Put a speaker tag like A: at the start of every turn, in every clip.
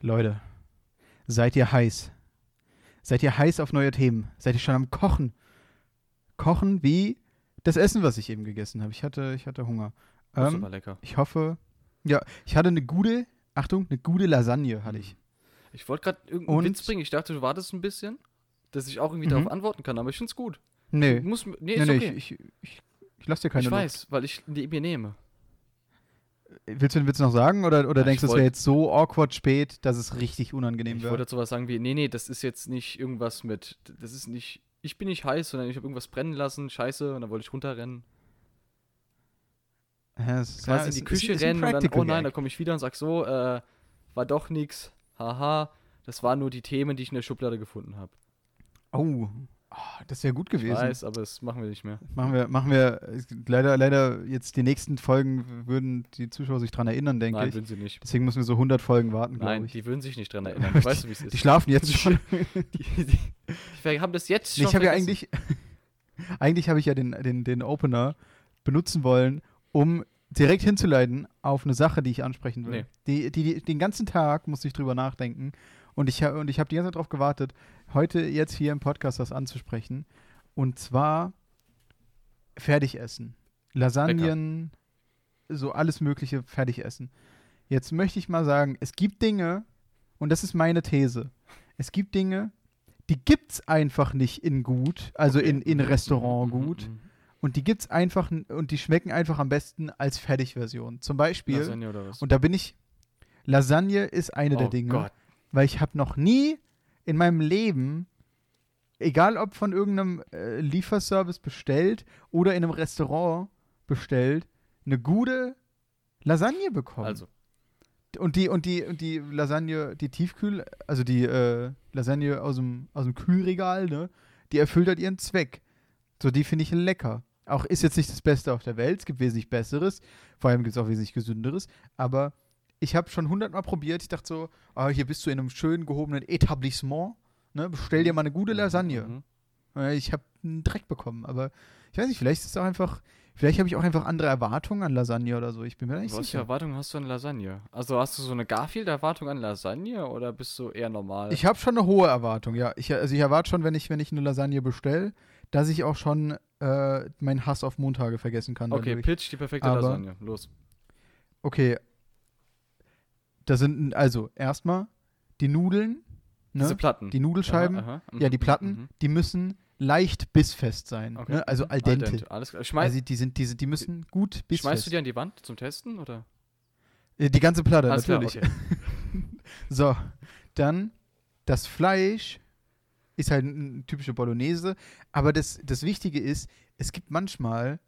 A: Leute, seid ihr heiß? Seid ihr heiß auf neue Themen? Seid ihr schon am Kochen? Kochen wie das Essen, was ich eben gegessen habe. Ich hatte, ich hatte Hunger.
B: Das ist
A: Ähm,
B: aber lecker.
A: ich hoffe, ja, ich hatte eine gute, Achtung, eine gute Lasagne hatte ich.
B: Ich wollte gerade irgendeinen
A: und-
B: Witz bringen. Ich dachte, du wartest ein bisschen, dass ich auch irgendwie
A: Mhm.
B: darauf antworten kann, aber ich find's gut.
A: Nee,
B: Muss, Hm.
A: nee,
B: nee, ist
A: nee,
B: okay.
A: ich, ich, ich, ich lasse dir
B: Ich,
A: keine Luft.
B: weiß, weil ich ne- mir nehme.
A: Willst du den Witz noch sagen oder, oder
B: Ja,
A: denkst du,
B: ich
A: es wäre
B: wollt-
A: jetzt so awkward spät, dass es richtig unangenehm
B: Ich wollte
A: wäre?
B: dazu was sagen wie, nee, nee, das ist jetzt nicht irgendwas mit, das ist nicht, ich bin nicht heiß, sondern ich habe irgendwas brennen lassen, scheiße, und dann wollte ich runterrennen.
A: Ja, es ist-
B: Quasi
A: ja,
B: in
A: es
B: die
A: ist-
B: Küche
A: es ist ein
B: rennen und dann, oh
A: Practical
B: nein, da
A: Gag.
B: komme ich wieder und sag so, äh, war doch nix, haha, das waren nur die Themen, die ich in der Schublade gefunden habe.
A: Oh, Ah, das wäre gut
B: Ich
A: gewesen.
B: weiß, aber das machen wir nicht mehr.
A: Machen wir, machen wir es gibt leider, leider jetzt die nächsten Folgen würden die Zuschauer sich dran erinnern, denke
B: nein,
A: ich.
B: würden sie nicht.
A: Deswegen müssen wir so 100 Folgen warten,
B: Nein,
A: glaube ich.
B: die würden sich nicht dran erinnern. Du weißt du, wie es ist.
A: Die schlafen jetzt schon.
B: Die- die- Wir haben das jetzt schon.
A: Nee, ich habe ja
B: vergessen.
A: eigentlich, eigentlich habe ich ja den, den, den Opener benutzen wollen, um direkt hinzuleiten auf eine Sache, die ich ansprechen will.
B: Nee.
A: Die, die, die, den ganzen Tag musste ich drüber nachdenken und ich, ha- und ich habe die ganze Zeit darauf gewartet, heute jetzt hier im Podcast das anzusprechen. Und zwar Fertigessen. Lasagnen, so alles mögliche Fertigessen. Jetzt möchte ich mal sagen, es gibt Dinge, und das ist meine These, es gibt Dinge, die gibt's einfach nicht in gut, also
B: Okay.
A: in, in Restaurant
B: Mhm,
A: gut.
B: mhm, mhm.
A: Und die gibt's einfach n- und die schmecken einfach am besten als Fertigversion. Zum Beispiel,
B: Lasagne oder was?
A: und da bin ich, Lasagne ist eine der
B: Oh
A: Dinge,
B: Gott.
A: weil ich habe noch nie in meinem Leben, egal ob von irgendeinem äh, Lieferservice bestellt oder in einem Restaurant bestellt, eine gute Lasagne bekommen.
B: Also,
A: Und die, und die, und die Lasagne, die Tiefkühl, also die äh, Lasagne aus dem, aus dem Kühlregal, ne, die erfüllt halt ihren Zweck. So, die finde ich lecker. Auch ist jetzt nicht das Beste auf der Welt, es gibt wesentlich Besseres, vor allem gibt es auch wesentlich Gesünderes, aber ich habe schon hundertmal probiert, ich dachte so, ah, hier bist du in einem schön gehobenen Etablissement, ne, bestell dir mal eine gute Lasagne.
B: Mhm.
A: Äh, Ich habe einen Dreck bekommen, aber ich weiß nicht, vielleicht ist es auch einfach, vielleicht habe ich auch einfach andere Erwartungen an Lasagne oder so, ich bin mir da nicht
B: Was für
A: sicher.
B: Erwartungen hast du an Lasagne? Also hast du so eine Garfield-Erwartung an Lasagne oder bist du eher normal?
A: Ich habe schon eine hohe Erwartung, ja. Ich, also ich erwarte schon, wenn ich, wenn ich eine Lasagne bestelle, dass ich auch schon äh, meinen Hass auf Montage vergessen kann. wenn
B: okay,
A: du-
B: Pitch, die perfekte
A: Aber- ne?
B: Lasagne. Los.
A: okay. Das sind also erstmal die Nudeln,
B: Diese
A: ne?
B: Platten.
A: die Nudelscheiben,
B: Aha, aha. Mhm,
A: ja, die Platten,
B: mhm.
A: die müssen leicht bissfest sein,
B: Okay.
A: ne? also
B: Mhm.
A: al dente.
B: Alles klar. Schmeiß,
A: Also die, sind, die, sind, die müssen gut bissfest.
B: schmeißt du die an die Wand zum Testen oder?
A: Äh, Die ganze Platte,
B: Alles klar,
A: natürlich.
B: okay.
A: So, dann das Fleisch ist halt eine typische Bolognese, aber das, das Wichtige ist, es gibt manchmal,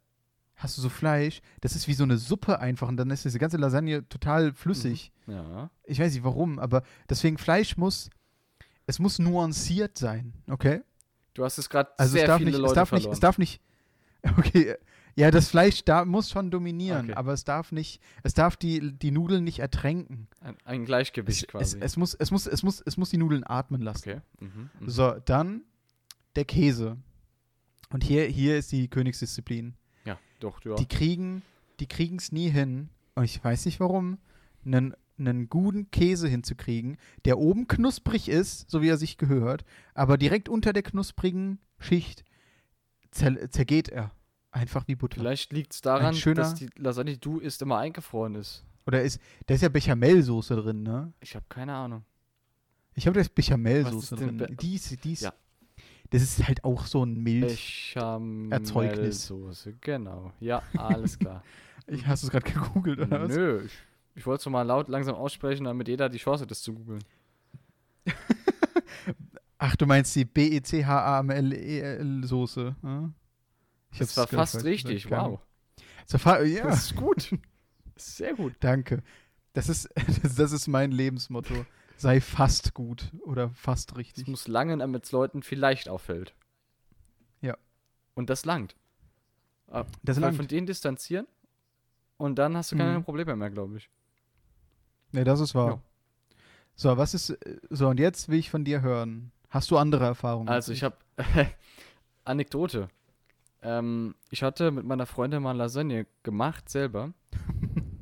A: hast du so Fleisch, das ist wie so eine Suppe einfach und dann ist diese ganze Lasagne total flüssig.
B: Mhm. Ja.
A: Ich weiß nicht warum, aber deswegen Fleisch muss, es muss nuanciert sein, okay?
B: Du hast es gerade
A: Also es
B: sehr
A: darf
B: viele
A: nicht,
B: Leute
A: es darf nicht,
B: verloren.
A: es darf nicht, okay, äh, ja, das Fleisch da muss schon dominieren,
B: Okay.
A: aber es darf nicht, es darf die, die Nudeln nicht ertränken.
B: ein, ein Gleichgewicht
A: Es, es,
B: quasi.
A: es, muss, es, muss, es, muss, es muss die Nudeln atmen lassen.
B: okay. Mhm. mhm.
A: So, dann der Käse. Und hier, hier ist die Königsdisziplin.
B: Ja, doch, ja.
A: Die kriegen die es nie hin, und ich weiß nicht warum, einen, einen guten Käse hinzukriegen, der oben knusprig ist, so wie er sich gehört, aber direkt unter der knusprigen Schicht zer, zergeht er. Einfach wie Butter.
B: Vielleicht liegt es daran,
A: schöner-
B: dass die Lasagne, die du isst, immer eingefroren ist.
A: Oder ist, da ist ja Bechamelsoße drin, ne?
B: Ich habe keine Ahnung.
A: Ich habe das
B: Was
A: Bechamelsoße
B: ist
A: drin.
B: denn Be-
A: Die ist, die ist,
B: Ja.
A: Das ist halt auch so ein Milch. Erzeugnis.
B: Bechamelsoße, genau. Ja, alles klar.
A: Ich hast du es gerade gegoogelt, oder was?
B: Nö, ich, ich wollte es mal laut langsam aussprechen, damit jeder die Chance hat, das zu googeln.
A: Ach, du meinst die E B-E-C-H-A-M-L-E-L-Soße. Ja? hm? Ich hab's
B: Das war
A: grad
B: fast
A: falsch
B: richtig,
A: gesagt, keine
B: wow.
A: Ahnung. Das war, ja,
B: Das ist gut. Das ist sehr gut.
A: danke. Das ist, das, das ist mein Lebensmotto. Sei fast gut oder fast
B: Es
A: richtig.
B: muss langen, damit es Leuten vielleicht auffällt.
A: Ja.
B: Und das langt. Ah,
A: Das
B: weil
A: langt.
B: Von denen distanzieren und dann hast du keine
A: Mhm.
B: Probleme mehr, glaube ich.
A: Ne, das ist wahr.
B: Ja.
A: So, was ist, äh, so und jetzt will ich von dir hören. Hast du andere Erfahrungen?
B: Also ich habe Anekdote. Ähm, ich hatte mit meiner Freundin mal Lasagne gemacht selber.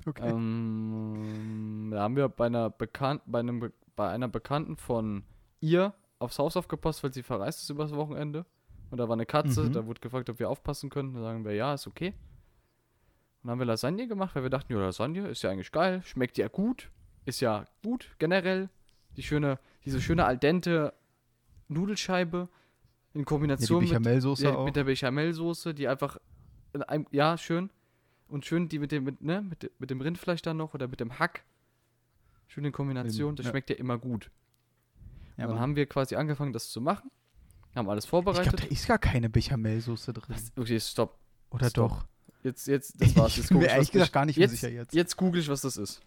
A: Okay.
B: äh, Ähm, da haben wir bei einer Bekan bei einem Be bei einer Bekannten von ihr aufs Haus aufgepasst, weil sie verreist ist übers Wochenende. Und da war eine Katze,
A: Mhm.
B: da wurde gefragt, ob wir aufpassen können. Da sagen wir, ja, ist okay. Und dann haben wir Lasagne gemacht, weil wir dachten, ja, Lasagne ist ja eigentlich geil, schmeckt ja gut, ist ja gut generell. Die schöne, diese schöne al dente Nudelscheibe in
A: Ja,
B: Kombination
A: die
B: mit,
A: Bechamelsoße
B: ja,
A: auch.
B: mit der Bechamelsoße, die einfach in einem, ja, schön. Und schön die mit dem, mit, ne, mit, de- mit dem Rindfleisch dann noch oder mit dem Hack. Schöne Kombination, das
A: ja.
B: schmeckt ja immer gut.
A: Ja,
B: und dann
A: Mann.
B: haben wir quasi angefangen, das zu machen, haben alles
A: ich glaube, da
B: vorbereitet.
A: ist gar keine Bechamelsoße drin.
B: okay, stopp.
A: Oder
B: Stop.
A: doch?
B: Jetzt, jetzt, das war's.
A: Ich
B: Jetzt
A: bin
B: google
A: mir
B: ich,
A: ehrlich
B: was
A: gesagt gar nicht mehr
B: jetzt,
A: sicher jetzt.
B: Jetzt google ich, was das ist.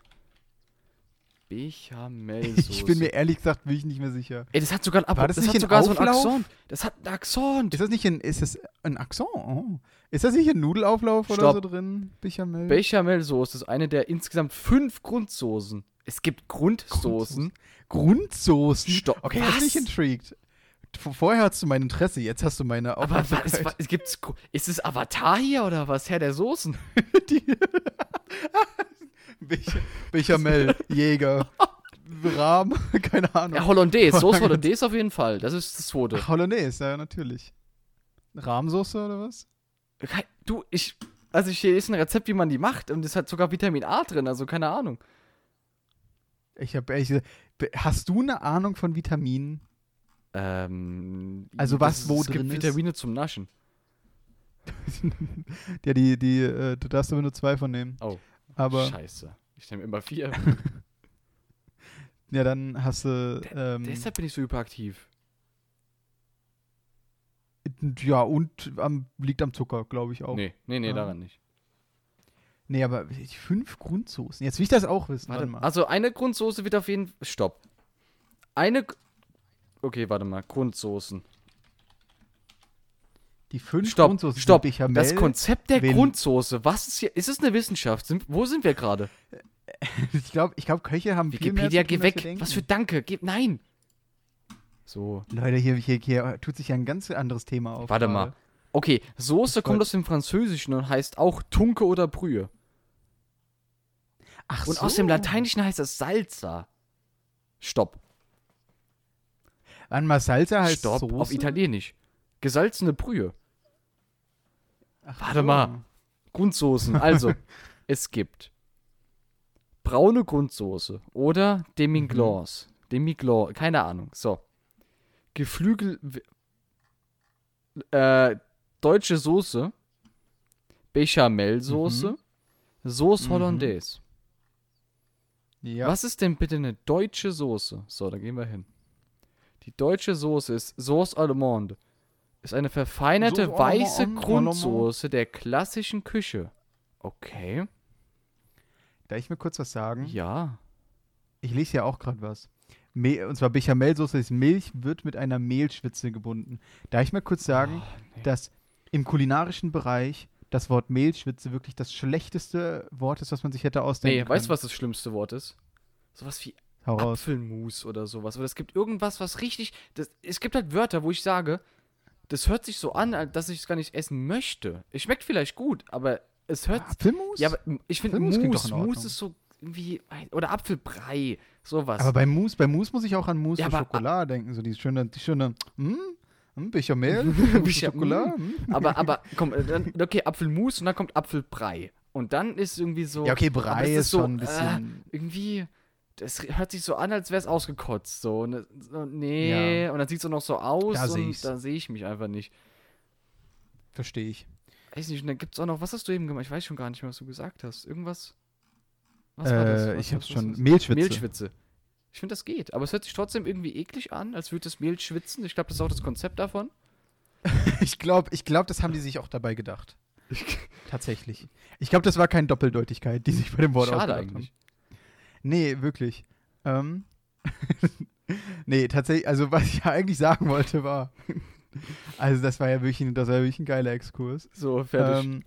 B: Bechamelsoße.
A: Ich bin mir ehrlich gesagt bin ich nicht mehr sicher.
B: Ey, das hat sogar, aber
A: War das
B: das
A: nicht
B: hat
A: ein
B: sogar so ein
A: Auflauf?
B: Axon. Das hat ein Axon.
A: Ist das nicht ein, ist das ein Axon? Oh. Ist das nicht ein Nudelauflauf oder
B: Stopp.
A: so drin? Bechamel?
B: Bechamelsoße ist eine der insgesamt fünf Grundsoßen. Es gibt Grundsoßen.
A: Grundsoßen?
B: Stopp.
A: Okay, das
B: Was?
A: bin ich intrigued. V- Vorher hast du mein Interesse, jetzt hast du meine
B: Aber was,
A: Aufmerksamkeit.
B: was, gibt's, Gru- ist es Avatar hier oder was? Herr der Soßen?
A: Bech Bechamel, Jäger, Rahm, keine Ahnung.
B: Ja, Hollandaise. Soße
A: Verrückt.
B: Hollandaise auf jeden Fall. Das ist das zweite.
A: Ach, Hollandaise, ja, natürlich. Rahmsoße oder was?
B: Kei- Du, ich. Also hier ist ein Rezept, wie man die macht und es hat sogar Vitamin A drin, also keine Ahnung.
A: Ich habe ehrlich gesagt, be- hast du eine Ahnung von Vitaminen?
B: Ähm,
A: Also was
B: das-
A: wo
B: es
A: drin
B: gibt
A: ist?
B: Vitamine zum Naschen.
A: ja, die, die, äh, du darfst aber nur zwei von nehmen.
B: Oh,
A: Aber Ähm.
B: scheiße. Ich nehme immer vier.
A: ja, dann hast du. Ähm,
B: Deshalb bin ich so hyperaktiv.
A: ja, und am, liegt am Zucker, glaube ich auch. Nee.
B: Nee, nee, nee,
A: Ja.
B: daran nicht.
A: aber die fünf Grundsoßen. Jetzt will ich das auch wissen. Warte,
B: Warte
A: mal.
B: Also eine Grundsoße wird auf jeden Fall. Stopp. Eine. Gr- Okay, warte mal. Grundsoßen.
A: Die fünf
B: Stopp,
A: Grundsoßen.
B: stopp.
A: sind Bechamel,
B: Das Konzept der
A: Vel-
B: Grundsoße. Was ist hier? Ist es eine Wissenschaft? Sind, wo sind wir gerade?
A: Ich glaube, ich glaub, Köche haben viel mehr
B: Wikipedia,
A: zu
B: geh
A: tun, als wir
B: weg.
A: denken.
B: Was für Danke. Geh, nein. So.
A: Leute, hier, hier, hier tut sich ja ein ganz anderes Thema auf.
B: Warte
A: gerade.
B: mal. Okay, Soße kommt
A: wollt-
B: aus dem Französischen und heißt auch Tunke oder Brühe.
A: Ach
B: Und
A: so.
B: aus dem Lateinischen heißt das Salsa. Stopp.
A: An Salsa heißt
B: Stopp.
A: Soße.
B: Auf Italienisch. Gesalzene Brühe.
A: Ach
B: Warte mal. Grundsoßen. Also, es gibt braune Grundsoße oder Demiglance. Demiglance, keine Ahnung. So. Geflügel. Äh, deutsche Soße. Bechamelsoße. Sauce
A: Mhm.
B: Hollandaise.
A: Ja.
B: Was ist denn bitte eine deutsche Soße? So, da gehen wir hin. Die deutsche Soße ist Sauce Allemande. Ist eine verfeinerte
A: Sauce
B: weiße
A: Allemande,
B: Grundsoße der klassischen Küche. Okay,
A: Darf ich mir kurz was sagen?
B: ja.
A: Ich lese ja auch gerade was. Me und zwar Bechamelsoße ist Milch, wird mit einer Mehlschwitze gebunden. Darf ich mal kurz sagen,
B: Ah, nee.
A: dass im kulinarischen Bereich das Wort Mehlschwitze wirklich das schlechteste Wort ist, was man sich hätte ausdenken
B: Nee,
A: können.
B: weißt du, was das schlimmste Wort ist? Sowas wie
A: Hau raus.
B: Apfelmus oder sowas. Aber es gibt irgendwas, was richtig. Das, es gibt halt Wörter, wo ich sage, das hört sich so an, als dass ich es gar nicht essen möchte. Es schmeckt vielleicht gut, aber es hört
A: Apfelmus?
B: Ja, aber m- ich finde
A: Apfelmus
B: Mousse,
A: klingt doch in
B: Mousse
A: Ordnung.
B: ist so irgendwie oder Apfelbrei, sowas.
A: Aber bei Mousse, bei Mousse muss ich auch an Mousse
B: Ja,
A: und
B: aber-
A: Schokolade denken. So die schöne, die schöne, hm, hm Bechamel, Mousse
B: Becha-
A: Schokolade. Hm.
B: aber, aber komm, äh, dann, okay, Apfelmus und dann kommt Apfelbrei und dann ist irgendwie so
A: Ja, okay,
B: aber
A: Brei
B: das
A: ist,
B: so,
A: schon ein bisschen.
B: äh, irgendwie das hört sich so an, als wäre es ausgekotzt. So, und, äh, so nee, und dann sieht es auch noch so aus
A: Da seh
B: und
A: ich's.
B: da sehe ich mich einfach nicht.
A: Verstehe ich.
B: Weiß nicht, und dann gibt es auch noch, was hast du eben gemacht? Ich weiß schon gar nicht mehr, was du gesagt hast. Irgendwas? Was war das?
A: Äh,
B: Was-
A: ich hab's
B: was- was-
A: schon.
B: was-
A: Mehlschwitze.
B: Mehlschwitze. Ich finde, das geht. Aber es hört sich trotzdem irgendwie eklig an, als würde das Mehl schwitzen. Ich glaube, das ist auch das Konzept davon.
A: Ich glaube, ich glaub, das haben die sich auch dabei gedacht. Tatsächlich. Ich glaube, das war keine Doppeldeutigkeit, die sich bei dem Wort
B: Schade
A: ausgedacht
B: eigentlich.
A: haben. Nee, wirklich. Ähm. nee, tatsächlich, also was ich ja eigentlich sagen wollte, war. Also, das war ja wirklich ein, das war wirklich ein geiler Exkurs.
B: So, fertig.
A: Ähm,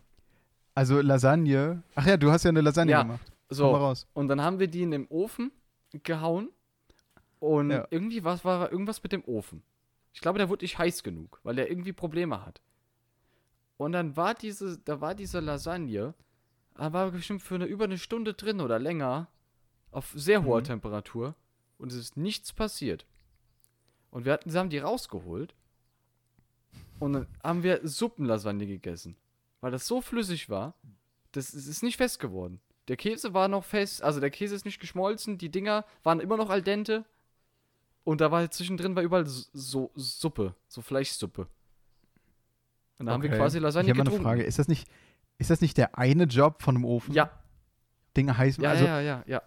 A: also Lasagne. Ach ja, du hast ja eine Lasagne
B: Ja,
A: gemacht. Komm mal
B: so,
A: raus.
B: und dann haben wir die in den Ofen gehauen. Und
A: Ja.
B: irgendwie was, war irgendwas mit dem Ofen. Ich glaube, der wurde nicht heiß genug, weil der irgendwie Probleme hat. Und dann war diese, da war diese Lasagne, ah, da war bestimmt für eine, über eine Stunde drin oder länger, auf sehr hoher
A: Mhm.
B: Temperatur. und es ist nichts passiert. Und wir hatten, sie haben die rausgeholt und dann haben wir Suppenlasagne gegessen, weil das so flüssig war, das es ist nicht fest geworden. Der Käse war noch fest, also der Käse ist nicht geschmolzen, die Dinger waren immer noch al dente und da war halt zwischendrin war überall so, so Suppe, so Fleischsuppe. Und da haben wir
A: Okay.
B: quasi Lasagne
A: ich habe mal eine
B: getrunken.
A: Frage. Ist das, nicht, ist das nicht der eine Job von einem Ofen?
B: Ja,
A: Dinge heiß
B: ja,
A: also,
B: ja, ja, ja.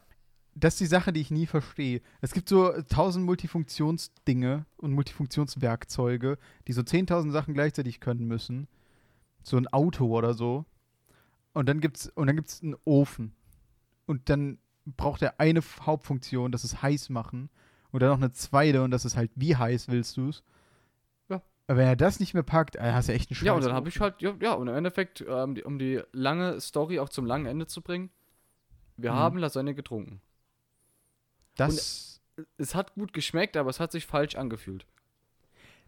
A: das ist die Sache, die ich nie verstehe. Es gibt so tausend Multifunktionsdinge und Multifunktionswerkzeuge, die so 10.000 Sachen gleichzeitig können müssen. So ein Auto oder so. Und dann gibt's und dann gibt's einen Ofen. Und dann braucht er eine F- Hauptfunktion, das ist heiß machen. Und dann noch eine zweite und das ist halt, wie heiß willst du es?
B: Ja.
A: Aber wenn er das nicht mehr packt, äh, hast du echt einen Scheiß.
B: Ja, und dann habe ich halt, ja, ja, und im Endeffekt, ähm, die, um die lange Story auch zum langen Ende zu bringen, wir
A: Mhm.
B: haben Lasagne getrunken.
A: Das,
B: Es hat gut geschmeckt, aber es hat sich falsch angefühlt.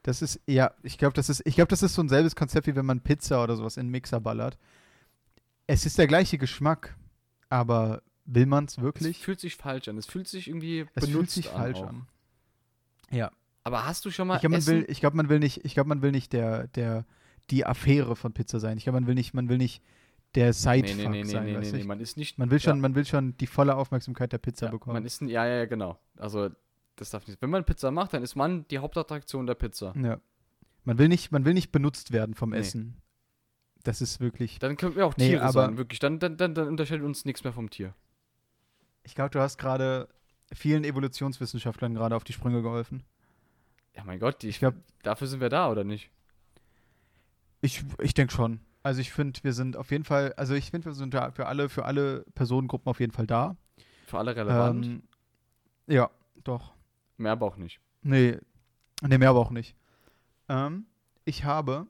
A: das ist, ja, ich glaube, das ist, ich glaube, das ist so ein selbes Konzept, wie wenn man Pizza oder sowas in den Mixer ballert. Es ist der gleiche Geschmack, aber will man es
B: Es
A: wirklich?
B: fühlt sich falsch an. Es fühlt sich irgendwie
A: Es fühlt
B: benutzt
A: sich falsch
B: auch.
A: an.
B: Aber hast du schon mal
A: Ich glaube, man,
B: Essen-
A: will, ich glaub, man will nicht, ich glaube, man will nicht der, der, die Affäre von Pizza sein. Ich glaube, man will nicht, man will nicht der
B: Nee,
A: Sidefuck
B: nee, nee, nee,
A: sein.
B: nee, nee,
A: weißt du?
B: nee, man ist nicht
A: Man will schon,
B: ja.
A: man will schon die volle Aufmerksamkeit der Pizza
B: ja,
A: bekommen.
B: Man ist ein, ja, ja, ja, genau. Also das darf nicht. Wenn man Pizza macht, dann ist man die Hauptattraktion der Pizza.
A: ja. Man will nicht, man will nicht benutzt werden vom
B: Nee.
A: Essen. Das ist wirklich.
B: Dann können wir auch
A: Nee,
B: Tiere
A: aber-
B: sein, wirklich. Dann, dann, dann, dann unterscheidet uns nichts mehr vom Tier.
A: Ich glaube, du hast gerade vielen Evolutionswissenschaftlern gerade auf die Sprünge geholfen.
B: Ja, mein Gott, die,
A: Ich glaube,
B: dafür sind wir da, oder nicht?
A: ich, ich denke schon. Also ich finde, wir sind auf jeden Fall, also ich finde, wir sind da für alle, für alle Personengruppen auf jeden Fall da.
B: Für alle relevant.
A: Ähm, ja, doch.
B: Mehr aber auch nicht.
A: Nee, nee, mehr aber auch nicht. Ähm, ich habe,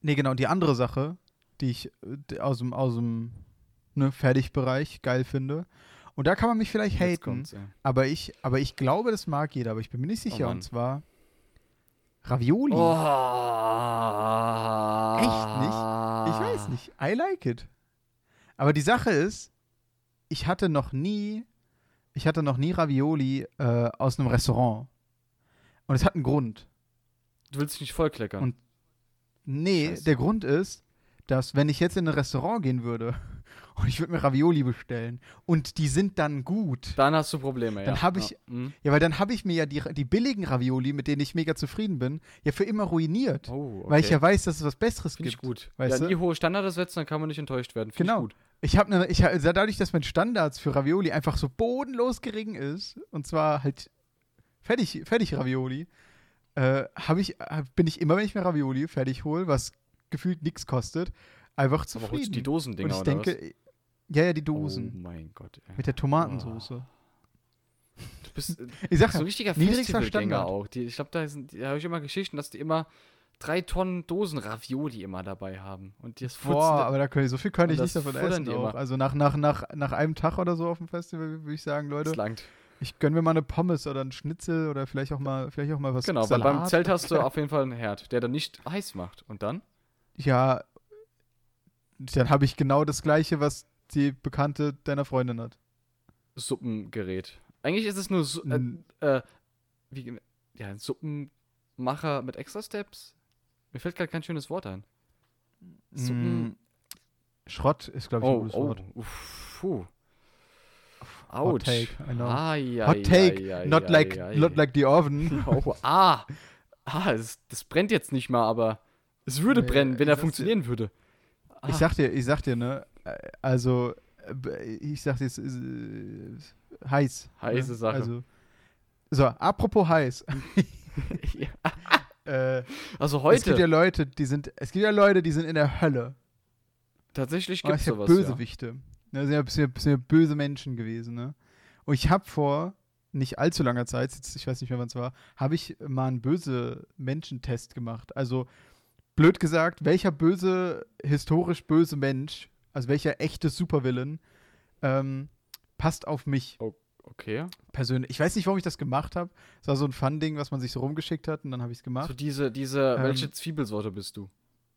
A: nee, genau, die andere Sache, die ich äh, d- aus dem, aus dem ne, Fertigbereich geil finde. Und da kann man mich vielleicht
B: Jetzt
A: haten,
B: kommt's, ey.
A: aber ich, aber ich glaube, das mag jeder, aber ich bin mir nicht
B: Oh
A: sicher.
B: Mann.
A: und zwar Ravioli.
B: Oh.
A: Echt nicht? Ich weiß nicht. I like it. Aber die Sache ist, ich hatte noch nie, ich hatte noch nie Ravioli äh, aus einem Restaurant. Und es hat einen Grund.
B: Du willst dich nicht vollkleckern.
A: Und- Nee,
B: Scheiße.
A: der Grund ist, dass wenn ich jetzt in ein Restaurant gehen würde und ich würde mir Ravioli bestellen und die sind dann gut,
B: dann hast du Probleme, ja.
A: Dann hab ich-
B: Ja. Mhm.
A: ja, weil dann habe ich mir ja die, die billigen Ravioli, mit denen ich mega zufrieden bin, ja für immer ruiniert.
B: Oh, okay.
A: Weil ich ja weiß, dass es was Besseres
B: Finde ich
A: gibt.
B: gut.
A: weißt
B: ja,
A: du?
B: nie hohe Standards setzen, dann kann man nicht enttäuscht werden. Find
A: Genau.
B: Ich gut.
A: Ich habe ne, ich, hab- also dadurch, dass mein Standards für Ravioli einfach so bodenlos gering ist, und zwar halt fertig, fertig Ravioli, äh, hab ich, hab, bin ich immer, wenn ich mir Ravioli fertig hole, was gefühlt nichts kostet, einfach
B: Aber
A: zufrieden.
B: holst du die Dosendinger
A: und ich
B: oder
A: denke, ja, ja, die
B: was?
A: Dosen.
B: Oh mein Gott. Ey.
A: Mit der Tomatensoße.
B: Du bist äh,
A: Ich sag
B: so ein
A: ja,
B: richtiger
A: niedrigster
B: Festivalgänger
A: Standard.
B: auch. Die, ich glaube, da, sind- da höre ich immer Geschichten, dass die immer drei Tonnen Dosen Ravioli immer dabei haben. Und die das
A: boah,
B: futzen.
A: aber da können, so viel kann
B: Und
A: ich nicht
B: das
A: davon
B: futtern
A: essen.
B: die
A: Auch.
B: immer.
A: Also nach, nach, nach, nach einem Tag oder so auf dem Festival würde ich sagen,
B: Das
A: Leute,
B: langt.
A: ich gönn mir mal eine Pommes oder einen Schnitzel oder vielleicht auch mal, vielleicht auch mal was
B: Genau, weil
A: Salat.
B: beim Zelt hast du auf jeden Fall einen Herd, der dann nicht heiß macht. Und dann?
A: Ja, dann habe ich genau das Gleiche, was die Bekannte deiner Freundin hat.
B: Suppengerät. Eigentlich ist es nur Su äh,
A: N-
B: äh, wie, ge- ja, ein Suppenmacher mit extra Steps. Mir fällt gerade kein schönes Wort ein. Suppen-
A: Mm, Schrott ist, glaube ich, ein
B: Oh,
A: gutes
B: oh,
A: Wort.
B: uff, puh.
A: Hot
B: Ouch. Ah,
A: take, I know.
B: Ai,
A: Genau. Hot
B: ai,
A: take,
B: ai,
A: not,
B: ai,
A: like,
B: ai.
A: not like the oven.
B: Oh, ah, ah es, das brennt jetzt nicht mal, aber es würde
A: Nee,
B: brennen, wenn
A: ich
B: er
A: sag's
B: funktionieren würde.
A: Ich
B: Ah.
A: sag dir, ich sag dir, ne? äh, Also, äh, b- ich sag dir, es ist äh, heiß.
B: Heiße
A: ne?
B: Sache.
A: Also, so, apropos heiß.
B: Ja.
A: Äh,
B: Also
A: es
B: heute,
A: gibt ja Leute, die sind, es gibt ja Leute, die sind in der Hölle.
B: tatsächlich
A: Aber es
B: gibt es
A: sind Ah, ja
B: sowas.
A: Bösewichte. Ne, sind, ja, sind, sind ja böse Menschen gewesen, ne? Und ich habe vor nicht allzu langer Zeit, jetzt, ich weiß nicht mehr wann es war, habe ich mal einen böse Menschen-Test gemacht. Also blöd gesagt, welcher böse, historisch böse Mensch, also welcher echte Supervillain, ähm, passt auf mich
B: Ja. Okay.
A: persönlich. Ich weiß nicht, warum ich das gemacht habe. Es war so ein Fun-Ding, was man sich so rumgeschickt hat und dann habe ich es gemacht.
B: So diese, diese,
A: Ähm.
B: welche Zwiebelsorte bist du?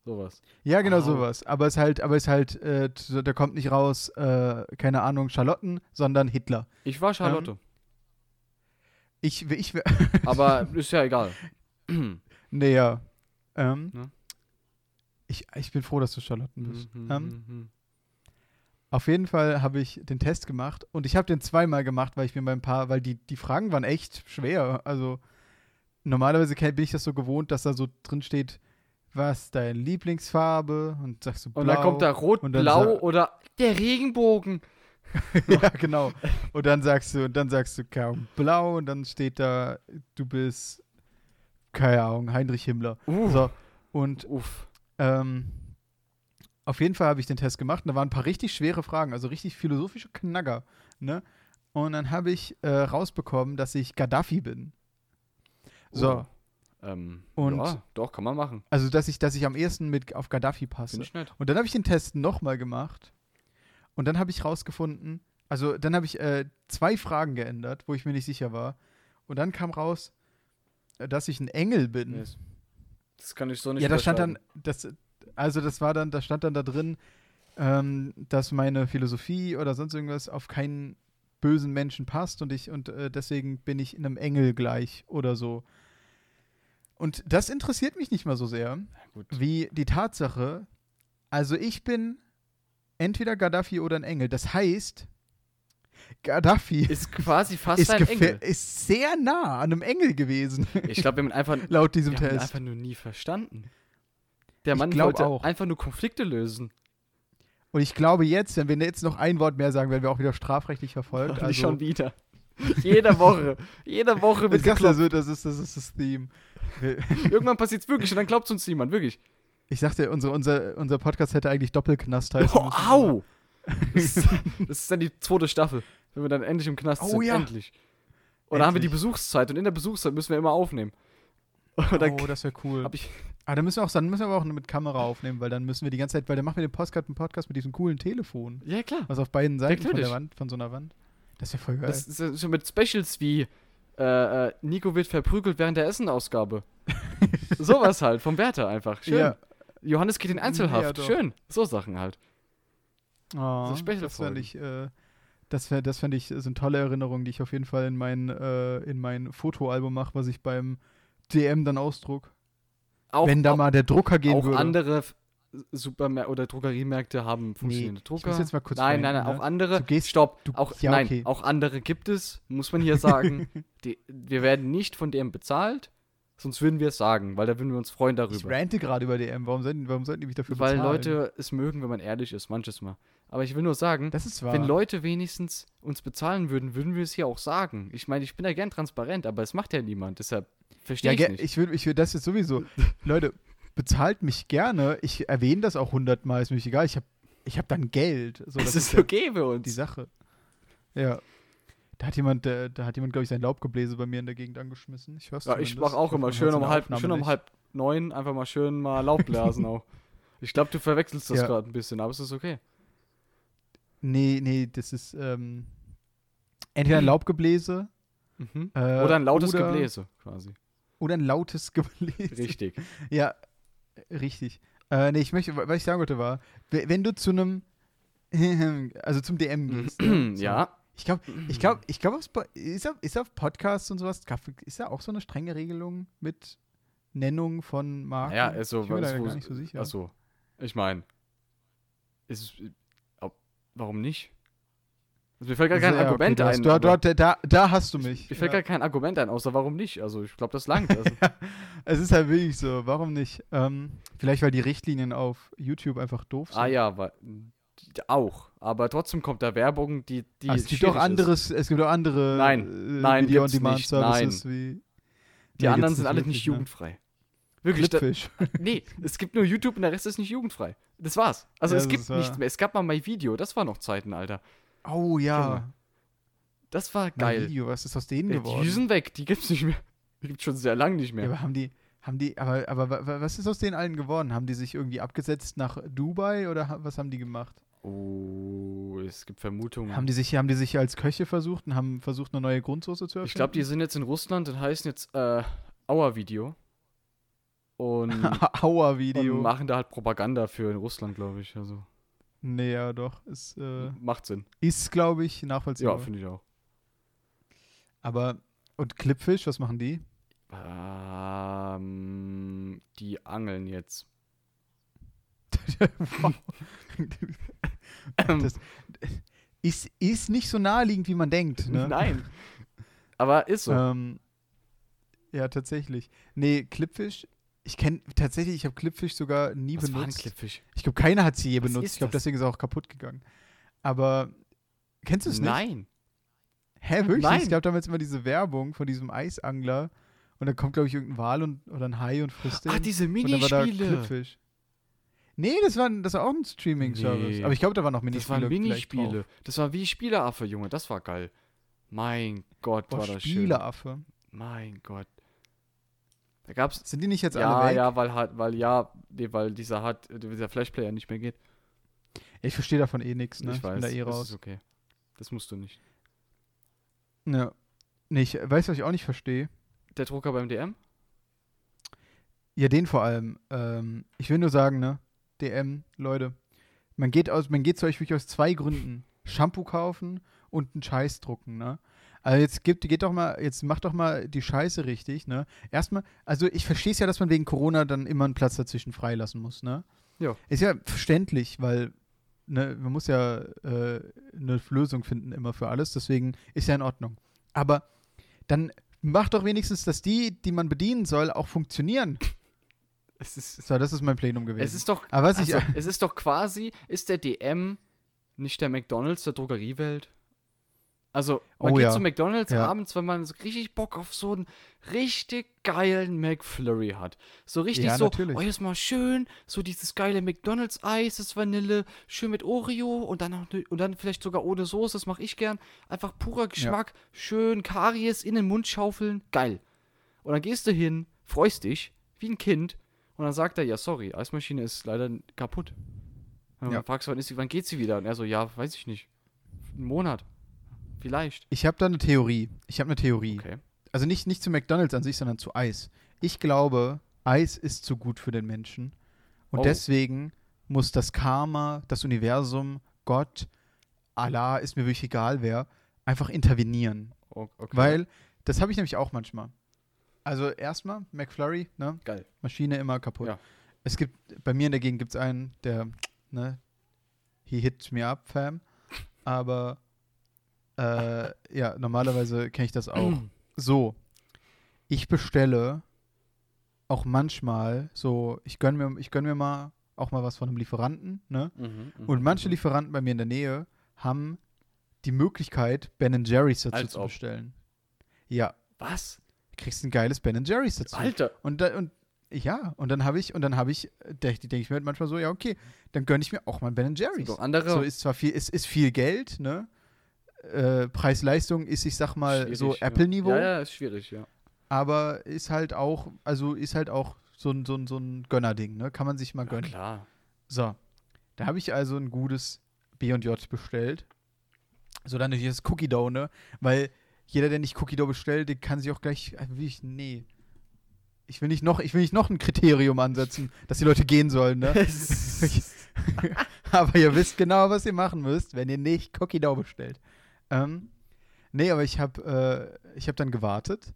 B: Sowas.
A: Ja, genau
B: Au.
A: sowas. Aber es halt, aber es halt, äh, t- da kommt nicht raus, äh, keine Ahnung, Charlotten, sondern Hitler.
B: Ich war Charlotte.
A: Ich, wär- ich, wär-
B: Aber ist ja egal.
A: Naja. Ähm,
B: Ne?
A: ich, ich bin froh, dass du Charlotten bist. Ähm,
B: Mhm.
A: Auf jeden Fall habe ich den Test gemacht und ich habe den zweimal gemacht, weil ich mir bei ein paar, weil die, die Fragen waren echt schwer. Also normalerweise kenn- bin ich das so gewohnt, dass da so drin steht, was deine Lieblingsfarbe und sagst du blau.
B: Und dann kommt da rot,
A: und dann
B: blau
A: sa-
B: oder der Regenbogen.
A: ja, genau. Und dann sagst du, und dann sagst du, keine Ahnung, blau und dann steht da, du bist, keine Ahnung, Heinrich Himmler.
B: Uh,
A: So, und
B: Uff.
A: Ähm, auf jeden Fall habe ich den Test gemacht und da waren ein paar richtig schwere Fragen, also richtig philosophische Knacker. Ne? Und dann habe ich äh, rausbekommen, dass ich Gaddafi bin. So,
B: Oh. Ähm,
A: Und-
B: ja, doch, kann man machen.
A: also dass ich, dass ich am ehesten mit auf Gaddafi passe.
B: Finde ich nett.
A: Und dann habe ich den Test nochmal gemacht und dann habe ich rausgefunden, also dann habe ich äh, zwei Fragen geändert, wo ich mir nicht sicher war. Und dann kam raus, äh, dass ich ein Engel bin.
B: Yes. Das kann ich so
A: Hm.
B: nicht
A: Ja, da stand dann,
B: unterschreiben.
A: das, also das war dann, da stand dann da drin, ähm, dass meine Philosophie oder sonst irgendwas auf keinen bösen Menschen passt und ich und äh, deswegen bin ich einem Engel gleich oder so. Und das interessiert mich nicht mal so sehr,
B: Ja, gut.
A: wie die Tatsache, also ich bin entweder Gaddafi oder ein Engel. Das heißt, Gaddafi
B: Ist quasi fast
A: ist,
B: ein
A: gefä-
B: Engel.
A: ist sehr nah an einem Engel gewesen,
B: Ich glaube, wir haben ihn einfach, wir
A: laut diesem
B: haben ihn
A: Test.
B: einfach nur nie verstanden. Der
A: Ich
B: Mann
A: glaub
B: wollte
A: auch.
B: einfach nur Konflikte lösen.
A: Und ich glaube jetzt, wenn wir jetzt noch ein Wort mehr sagen, werden wir auch wieder strafrechtlich verfolgt.
B: Und
A: Also,
B: nicht schon wieder. Jede Woche. Jede Woche
A: das,
B: wird
A: ist
B: geklappt.
A: also, das, ist, das ist das Theme. Wir-
B: Irgendwann passiert es wirklich und dann glaubt uns niemand. Wirklich.
A: Ich sagte, unser, unser, unser Podcast hätte eigentlich Doppelknast heißen
B: Oh,
A: müssen.
B: au! Das ist, das ist dann die zweite Staffel, wenn wir dann endlich im Knast
A: Oh,
B: sind.
A: ja.
B: Endlich. Und dann haben wir die
A: Endlich.
B: Besuchszeit und in der Besuchszeit müssen wir immer aufnehmen. Und dann
A: Oh, das wäre cool.
B: hab ich,
A: Aber dann müssen wir auch, dann müssen wir aber auch mit Kamera aufnehmen, weil dann müssen wir die ganze Zeit, weil dann machen wir den Podcast, einen Podcast mit diesem coolen Telefon,
B: ja, klar.
A: was auf beiden Seiten von der
B: Natürlich.
A: Wand, von so einer Wand. Das wäre voll geil.
B: Das ist so mit Specials wie äh, äh, Nico wird verprügelt während der Essenausgabe. Sowas halt, vom Wärter einfach. Schön.
A: Ja.
B: Johannes geht in
A: Ja,
B: Einzelhaft.
A: doch.
B: Schön. So Sachen halt.
A: Oh,
B: So Special
A: das fände ich, äh, das wär, das fänd ich, äh, sind tolle Erinnerungen, die ich auf jeden Fall in mein, äh, in mein Fotoalbum mache, was ich beim DM dann ausdruck.
B: Auch,
A: Wenn da
B: auch,
A: mal der Drucker gehen
B: auch
A: würde.
B: andere F- Supermär oder Drogeriemärkte haben funktionierende
A: ich
B: Drucker.
A: muss jetzt mal kurz
B: nein, nein,
A: reden,
B: nein,
A: ne?
B: auch andere.
A: Du gehst-
B: Stopp.
A: du-
B: auch,
A: ja,
B: nein,
A: okay.
B: auch andere gibt es, muss man hier sagen. die, wir werden nicht von DM bezahlt, sonst würden wir es sagen, weil da würden wir uns freuen
A: Ich
B: darüber.
A: rante gerade über DM. Warum sollten, warum sollten die mich dafür
B: Weil
A: bezahlen?
B: Leute es mögen, wenn man ehrlich ist, manches Mal. Aber ich will nur sagen,
A: Das ist wahr.
B: wenn Leute wenigstens uns bezahlen würden, würden wir es hier auch sagen. Ich meine, ich bin da gern transparent, aber es macht ja niemand, deshalb
A: ja,
B: verstehe
A: ich,
B: ich nicht.
A: ich würde ich würd das jetzt sowieso. Leute, bezahlt mich gerne. Ich erwähne das auch hundertmal. Ist mir nicht egal. Ich habe ich hab dann Geld. So, das
B: es
A: ist
B: ist
A: ja
B: okay für
A: die
B: uns.
A: Sache. Ja. Da hat jemand, äh, da hat jemand, glaube ich, sein Laubgebläse bei mir in der Gegend angeschmissen. Ich hör's
B: Ja, ich
A: zumindest.
B: mach auch
A: hoffe,
B: immer
A: man
B: schön
A: hört's in
B: um
A: der
B: halb,
A: Aufnahme
B: schön um
A: nicht.
B: halb neun einfach mal schön mal Laubblasen auch. Ich glaube, du verwechselst das
A: Ja.
B: gerade ein bisschen, aber es ist okay.
A: Nee, nee, das ist ähm, entweder ein Laubgebläse
B: Mhm.
A: äh,
B: Oder ein lautes
A: oder-
B: Gebläse quasi.
A: Oder ein lautes Gebläse.
B: Richtig.
A: Ja, richtig. Äh, nee, ich möchte, was ich sagen wollte, war, we- wenn du zu einem, also zum DM gehst. ne, so.
B: ja.
A: Ich glaube, ich glaube,
B: Mhm.
A: ich glaube, ist auf, ist auf Podcasts und sowas, gab- ist da auch so eine strenge Regelung mit Nennung von Marken?
B: Naja, also,
A: ich bin mir
B: was-
A: da
B: wo-
A: gar nicht so sicher.
B: Achso. Ich meine, ist ob- warum nicht? Also, mir fällt gar
A: Also,
B: kein
A: ja, okay,
B: Argument
A: da hast-
B: ein.
A: Da,
B: aber-
A: da, da, da hast du mich.
B: Mir fällt
A: ja.
B: gar kein Argument ein, außer warum nicht. Also ich glaube, das langt.
A: Es
B: Also,
A: ist halt wirklich so, warum nicht? Ähm, vielleicht, weil die Richtlinien auf YouTube einfach doof sind.
B: ah ja, wa- die- auch. Aber trotzdem kommt da Werbung, die die
A: Ah, es gibt auch
B: schwierig ist.
A: anderes, es gibt auch andere
B: Nein,
A: äh,
B: nein,
A: Video on
B: gibt's
A: Demand
B: nicht,
A: Services wie
B: Die
A: Nee,
B: anderen
A: gibt's
B: sind alle nicht
A: wirklich, ne?
B: jugendfrei. Wirklich, da,
A: Clipfish.
B: nee, es gibt nur YouTube und der Rest ist nicht jugendfrei. Das war's. Also
A: Ja,
B: es
A: das
B: gibt
A: ist wahr.
B: nichts mehr. Es gab mal My Video, das war noch Zeiten, Alter.
A: Oh ja,
B: Das war
A: mein
B: Genau. geil.
A: Video, was ist aus denen
B: Äh,
A: geworden?
B: Die sind weg, die gibt's nicht mehr. Die gibt's schon sehr lange nicht
A: ja,
B: mehr.
A: aber haben die haben die aber, aber wa- wa- was ist aus denen allen geworden? Haben die sich irgendwie abgesetzt nach Dubai oder ha- was haben die gemacht?
B: oh, es gibt Vermutungen.
A: Haben die sich haben die sich als Köche versucht und haben versucht eine neue Grundsoße zu erfinden?
B: Ich glaube, die sind jetzt in Russland und heißen jetzt äh, Our Video. Und
A: Aua
B: Und
A: Video.
B: machen da halt Propaganda für in Russland, glaube ich. Also
A: Nee, ja, doch, ist äh,
B: macht Sinn.
A: ist glaube ich
B: Ja,
A: nachvollziehbar.
B: finde ich auch.
A: aber Und Klippfisch, was machen die?
B: Ähm, die angeln jetzt.
A: Wow. das ist, ist nicht so naheliegend, wie man denkt. Ne?
B: Nein. Aber ist so.
A: Ähm, ja, tatsächlich. Nee, Klippfisch, ich kenne tatsächlich, ich habe Klippfisch sogar nie
B: was war ein
A: benutzt.
B: Klippfisch?
A: ich glaube, keiner hat sie je
B: Was
A: benutzt.
B: ist
A: Ich glaube,
B: das?
A: deswegen ist er auch kaputt gegangen. Aber kennst du es nicht?
B: Nein.
A: Hä, wirklich?
B: Nein.
A: Nicht? Es gab damals immer diese Werbung von diesem Eisangler und dann kommt, glaube ich, irgendein Wal und, oder ein Hai und frisst den.
B: Ah, diese
A: und dann war da
B: Minispiele.
A: Klippfisch. Nee, das war, das war auch ein Streaming-Service.
B: Nee.
A: Aber ich glaube, da waren noch
B: Das
A: Minispiele.
B: waren
A: vielleicht drauf.
B: Minispiele. Das war wie Spieleaffe, Junge. Das war geil. Mein Gott,
A: Boah,
B: war das
A: Spieleaffe.
B: schön. Mein Gott. Da gab's.
A: Sind die nicht jetzt alle
B: Ja,
A: weg?
B: ja, weil hat, weil ja, nee, weil dieser hat, dieser Flashplayer nicht mehr geht.
A: Ich verstehe davon eh nichts, ne?
B: ich,
A: bin
B: weiß.
A: da eh
B: das
A: raus.
B: ist okay. Das musst du nicht.
A: Ja. Nee, ich weiß, was ich auch nicht verstehe.
B: Der Drucker beim DM?
A: Ja, den vor allem. Ähm, ich will nur sagen, ne? DM, Leute. Man geht aus, man geht zu euch wirklich aus zwei Gründen. Shampoo kaufen und einen Scheiß drucken, ne? Also jetzt gibt, geht doch mal, jetzt macht doch mal die Scheiße richtig, ne? Erstmal, also ich verstehe es ja, dass man wegen Corona dann immer einen Platz dazwischen freilassen muss, ne?
B: Ja.
A: Ist ja verständlich, weil ne, man muss ja äh, eine Lösung finden immer für alles, deswegen ist ja in Ordnung. Aber dann macht doch wenigstens, dass die, die man bedienen soll, auch funktionieren.
B: Es ist,
A: So, das ist mein Plenum gewesen.
B: es ist doch
A: Aber was ich,
B: Also, es ist doch quasi, ist der DM nicht der McDonalds der Drogeriewelt? Also, man
A: Oh
B: geht
A: ja.
B: zu McDonalds
A: Ja.
B: abends, wenn man so richtig Bock auf so einen richtig geilen McFlurry hat. So richtig
A: Ja,
B: so,
A: natürlich.
B: oh, jetzt mal schön, so dieses geile McDonalds-Eis, das Vanille, schön mit Oreo und dann, noch, ne- und dann vielleicht sogar ohne Soße, das mache ich gern. Einfach purer Geschmack, schön Karies in den Mund schaufeln, geil. Und dann gehst du hin, freust dich, wie ein Kind, und dann sagt er, ja, sorry, Eismaschine ist leider n- kaputt. Und
A: Ja.
B: dann fragst du, wann, ist sie, wann geht sie wieder? Und er so, ja, weiß ich nicht. Ein Monat. Vielleicht.
A: ich habe da eine Theorie. Ich habe eine Theorie.
B: Okay.
A: Also nicht, nicht zu McDonalds an sich, sondern zu Eis. Ich glaube, Eis ist zu gut für den Menschen. Und
B: Oh.
A: deswegen muss das Karma, das Universum, Gott, Allah, ist mir wirklich egal wer, einfach intervenieren.
B: O- okay.
A: Weil, das habe ich nämlich auch manchmal. Also erstmal, McFlurry, ne?
B: Geil.
A: Maschine immer kaputt.
B: Ja.
A: Es gibt, bei mir in der Gegend gibt es einen, der, ne, he hits me up, fam. Aber, äh, ja, normalerweise kenne ich das auch. So, ich bestelle auch manchmal so, ich gönn mir, ich gönn mir mal auch mal was von einem Lieferanten, ne?
B: Mhm, mhm,
A: Und manche
B: mhm.
A: Lieferanten bei mir in der Nähe haben die Möglichkeit, Ben Jerry's dazu
B: Als
A: zu
B: ob.
A: bestellen. Ja,
B: Was?
A: du kriegst ein geiles Ben Jerry's dazu.
B: Alter.
A: Und da, und ja, und dann habe ich, und dann habe ich, denke denk ich mir halt manchmal so, ja, okay, dann gönne ich mir auch mal ein Ben
B: Sind
A: Jerry's.
B: doch andere.
A: So ist zwar viel, ist, ist viel Geld, ne? Äh, Preis-Leistung ist, ich sag mal, so
B: Schwierig, ja.
A: Apple-Niveau,
B: Ja, ja, ist schwierig, ja.
A: aber ist halt auch, also ist halt auch so ein, so ein, so ein Gönner-Ding, ne? Kann man sich mal
B: ja
A: gönnen.
B: klar.
A: So, da habe ich also ein gutes B&J bestellt. So, dann natürlich das Cookie Dough, ne? Weil jeder, der nicht Cookie Dough bestellt, der kann sich auch gleich, äh, will ich, nee. Ich will nicht noch, ich will nicht noch ein Kriterium ansetzen, dass die Leute gehen sollen, ne? aber ihr wisst genau, was ihr machen müsst, wenn ihr nicht Cookie Dough bestellt. Ähm, nee, aber ich habe äh, ich hab dann gewartet.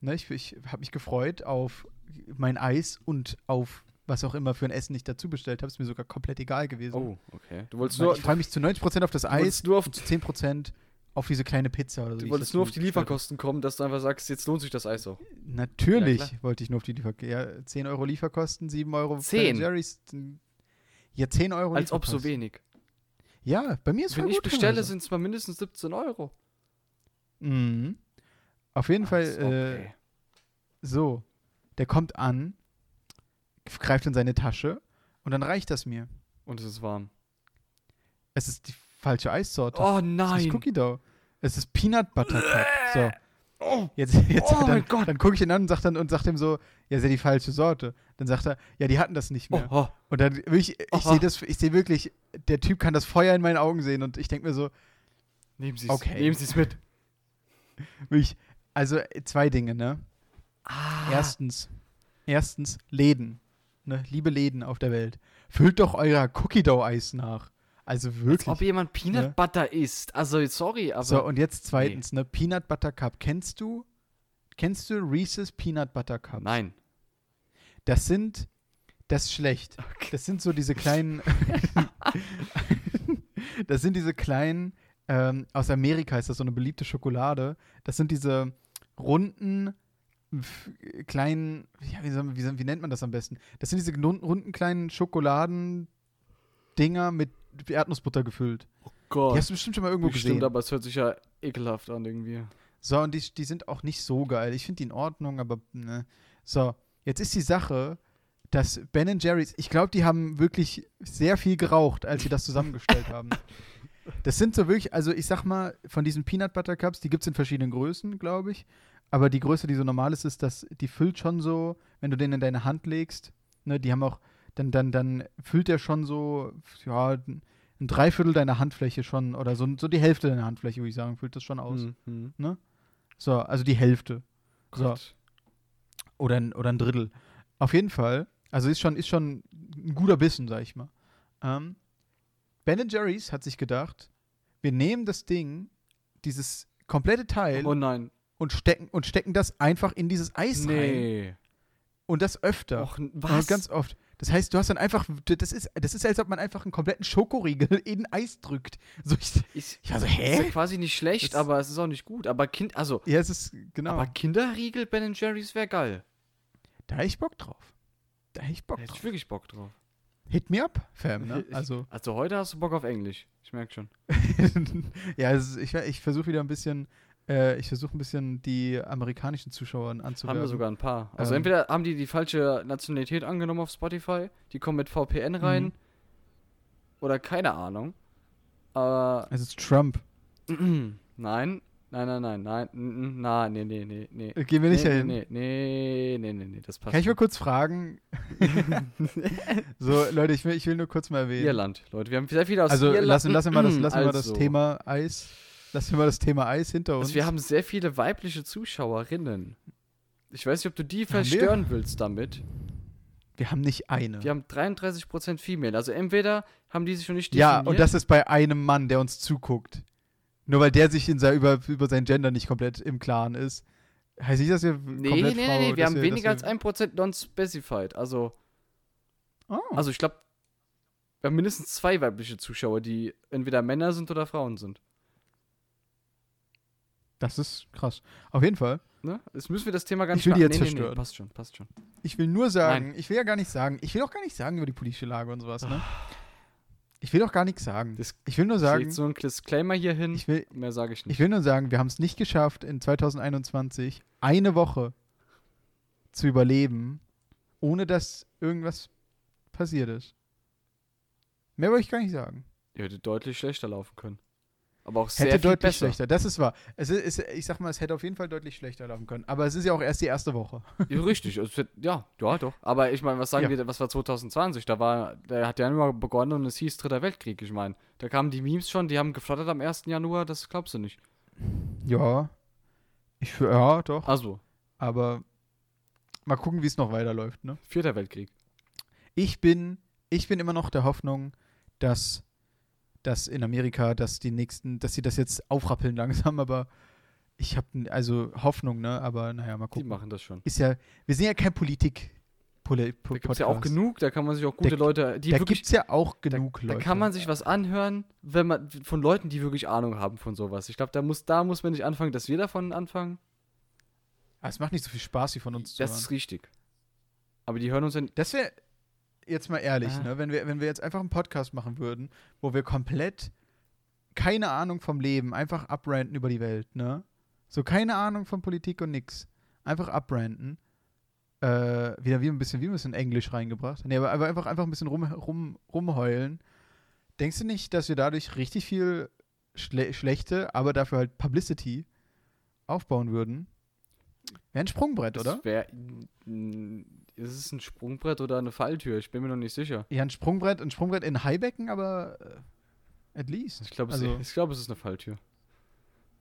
A: Ne, ich ich habe mich gefreut auf mein Eis und auf was auch immer für ein Essen ich dazu bestellt habe. Ist mir sogar komplett egal gewesen.
B: oh, okay. Du wolltest
A: Weil
B: nur,
A: ich freue mich zu 90% auf das
B: du wolltest
A: Eis
B: nur auf,
A: und zu 10% auf diese kleine Pizza oder so. die
B: du
A: ich
B: wolltest
A: dazu
B: nur auf die
A: bestellt habe.
B: Lieferkosten kommen, dass du einfach sagst, jetzt lohnt sich das Eis auch. Ja,
A: Natürlich wollte ich nur auf die Lieferkosten. Ja, 10 Euro Lieferkosten, 7 Euro Ben
B: Zehn?
A: Jerry's. Ja, 10 Euro
B: Als ob so
A: Lieferkosten.
B: wenig.
A: Ja, bei mir ist
B: Wenn
A: voll
B: ich
A: gut
B: bestelle,
A: teilweise.
B: sind es mal mindestens 17 Euro.
A: Mhm. Auf jeden Fall
B: Als ob,
A: äh,
B: ey.
A: so. Der kommt an, greift in seine Tasche und dann reicht das mir.
B: Und es ist warm.
A: Es ist die falsche Eissorte.
B: Oh
A: Es ist nicht
B: nein.
A: Cookie Dough. Es ist Peanut Butter Cup. So.
B: Oh.
A: Jetzt, jetzt
B: Oh
A: dann,
B: mein Gott.
A: dann gucke ich ihn an und sag dann und sagt ihm so, ja, ist ja die falsche Sorte. Dann sagt er, ja, die hatten das nicht
B: Oh,
A: mehr.
B: oh.
A: Und dann ich, ich
B: Aha.
A: sehe das, ich sehe wirklich, der Typ kann das Feuer in meinen Augen sehen und ich denke mir so,
B: Nehmen Sie es.
A: Okay.
B: Nehmen Sie es mit.
A: Wirklich, also äh, zwei Dinge, ne?
B: Ah.
A: Erstens, erstens Läden, ne? Liebe Läden auf der Welt, füllt doch euer Cookie Dough Eis nach. Also
B: Als
A: wirklich.
B: ob jemand Peanut
A: Ja.
B: Butter isst. Also sorry, aber
A: so und jetzt zweitens, ne? Peanut Butter Cup, kennst du? Kennst du Reese's Peanut Butter Cups?
B: Nein.
A: Das sind, das ist schlecht. Das sind so diese kleinen, das sind diese kleinen, ähm, aus Amerika ist das so eine beliebte Schokolade. Das sind diese runden, f- kleinen, ja, wie, soll, wie, soll- wie nennt man das am besten? Das sind diese gnu- runden, kleinen Schokoladen-Dinger mit Erdnussbutter gefüllt.
B: Oh
A: Die
B: Gott.
A: hast du bestimmt schon mal irgendwo
B: Bestimmt,
A: gesehen.
B: aber es hört sich ja ekelhaft an irgendwie.
A: So, und die, die sind auch nicht so geil. Ich finde die in Ordnung, aber ne. So, jetzt ist die Sache, dass Ben Jerry's, ich glaube, die haben wirklich sehr viel geraucht, als sie das zusammengestellt haben. Das sind so wirklich, also ich sag mal, von diesen Peanut Butter Cups, die gibt es in verschiedenen Größen, glaube ich. Aber die Größe, die so normal ist, ist, dass die füllt schon so, wenn du den in deine Hand legst, ne, die haben auch, dann, dann, dann füllt der schon so, ja, ein Dreiviertel deiner Handfläche schon, oder so, so die Hälfte deiner Handfläche, würde ich sagen, füllt das schon aus.
B: Mhm.
A: So, also die Hälfte. So.
B: Gott.
A: Oder ein, oder ein Drittel. Auf jeden Fall. Also ist schon, ist schon ein guter Bissen, sag ich mal. Ähm, ben Jerry's hat sich gedacht, wir nehmen das Ding, dieses komplette Teil
B: Oh nein.
A: und, stecken, und stecken das einfach in dieses Eis rein.
B: Nee.
A: Und das öfter.
B: Och, n-
A: Und
B: was?
A: Ganz oft. Das heißt, du hast dann einfach, das ist, das ist, als ob man einfach einen kompletten Schokoriegel in Eis drückt. So, ich,
B: ich,
A: ich war so,
B: ist ja
A: hä?
B: quasi nicht schlecht,
A: Äh? Das-
B: aber es ist auch nicht gut. Aber Kind, also,
A: Ja, es ist, genau.
B: aber Kinderriegel Ben Jerry's wäre geil.
A: da hätte ich Bock drauf. Da hätte ich Bock
B: Da hätte
A: drauf.
B: ich wirklich Bock drauf.
A: Hit me up, Fam, ne?
B: Ich-
A: Also.
B: Also heute hast du Bock auf Englisch. Ich merke schon.
A: ja, es ist, ich, ich versuche wieder ein bisschen, äh, ich versuche ein bisschen die amerikanischen Zuschauer
B: Haben
A: anzuwerben.
B: wir sogar ein paar. Also
A: Ähm.
B: entweder haben die die falsche Nationalität angenommen auf Spotify, die kommen mit VPN rein
A: Mhm.
B: oder keine Ahnung. Aber
A: Es ist Trump.
B: nein, nein, nein, nein, nein, n- n- nein, nee, nee, nee, nee.
A: Äh, Gehen wir nicht
B: nee,
A: dahin.
B: nee, nee, nee, nee, nee, das passt.
A: Kann ich mal
B: nicht.
A: kurz fragen? so, Leute, ich will, ich will nur kurz mal erwähnen.
B: Irland, Leute, wir haben sehr viele aus
A: Also
B: Irland.
A: lassen, lassen wir mal das, lassen wir mal
B: Also.
A: das Thema Eis. Lassen wir mal das Thema Eis hinter uns.
B: Also wir haben sehr viele weibliche Zuschauerinnen. Ich weiß nicht, ob du die
A: wir?
B: verstören willst damit.
A: wir haben nicht eine.
B: Wir haben 33% Female. Also entweder haben die sich noch nicht
A: Ja, und das ist bei einem Mann, der uns zuguckt. Nur weil der sich in sein, über, über sein Gender nicht komplett im Klaren ist. Heißt nicht, dass wir
B: Nee, nee,
A: komplett Frau,
B: nee, nee, wir
A: dass
B: haben
A: dass
B: weniger als
A: wir,
B: 1% non-specified. Also,
A: Oh.
B: also ich glaube, wir haben mindestens zwei weibliche Zuschauer, die entweder Männer sind oder Frauen sind.
A: Das ist krass. Auf jeden Fall.
B: Ne? Jetzt müssen wir das Thema gar
A: Ich
B: nicht
A: will die
B: ma-
A: jetzt zerstören.
B: passt schon, passt schon.
A: Ich will nur sagen, ich will ja gar nicht sagen, ich will auch gar nicht sagen über die politische Lage und sowas, ne? Ich will auch gar nichts sagen.
B: Ah. Das
A: Ich will nur
B: Sagen,
A: sagen,
B: so ein Disclaimer hier hin.
A: ich will,
B: Mehr sage ich
A: ich
B: nicht.
A: will nur sagen, wir haben es nicht geschafft, in 2021 eine Woche zu überleben, ohne dass irgendwas passiert ist. Mehr wollte ich gar nicht sagen.
B: Ihr hättet deutlich schlechter laufen können. Aber auch sehr
A: hätte
B: viel
A: deutlich
B: besser.
A: schlechter, das ist wahr. Es ist, ist, ich sag mal, es hätte auf jeden Fall deutlich schlechter laufen können. Aber es ist ja auch erst die erste Woche.
B: Ja, richtig, also, es hätt- ja, ja, doch. Aber ich meine, was sagen
A: Ja.
B: wir, was war 2020? Da war, da hat der Januar begonnen und es hieß Dritter Weltkrieg. Ich meine, da kamen die Memes schon, die haben geflattert am 1. Januar, das glaubst du nicht.
A: Ja. Ich, ja, doch.
B: Also,
A: Aber mal gucken, wie es noch weiterläuft, ne?
B: Vierter Weltkrieg.
A: ich bin, ich bin immer noch der Hoffnung, dass, dass in Amerika, dass die nächsten, dass sie das jetzt aufrappeln langsam, aber ich habe also Hoffnung, ne? Aber naja, mal
B: Die
A: gucken.
B: machen das schon.
A: Ist ja, wir sind ja kein Politik. Poli
B: Da gibt es ja auch genug, da kann man sich auch gute
A: Da-
B: Leute, die
A: da
B: wirklich,
A: gibt's ja auch
B: da,
A: genug
B: da
A: Leute.
B: kann man sich was anhören, wenn man, von Leuten, die wirklich Ahnung haben von sowas. Ich glaube, da muss, da muss man nicht anfangen, dass wir davon anfangen.
A: Aber Ah, es macht nicht so viel Spaß, wie von uns zu
B: das
A: hören.
B: ist richtig. Aber die hören uns dann,
A: Das wäre jetzt mal ehrlich,
B: Ah.
A: ne? Wenn wir, wenn wir jetzt einfach einen Podcast machen würden, wo wir komplett keine Ahnung vom Leben, einfach abranten über die Welt, ne? So keine Ahnung von Politik und nix. Einfach abranten. Äh, wieder wie ein bisschen, wie ein bisschen Englisch reingebracht. Nee, aber, aber einfach, einfach ein bisschen rum, rum, rumheulen. Denkst du nicht, dass wir dadurch richtig viel schle schlechte, aber dafür halt Publicity aufbauen würden? Wäre ein Sprungbrett, oder?
B: das wär, n- ist es ein Sprungbrett oder eine Falltür? Ich bin mir noch nicht sicher.
A: Ja, ein Sprungbrett, ein Sprungbrett in Haibecken, aber äh, at least.
B: Ich glaube,
A: Also-
B: es, ich glaub, es ist eine Falltür.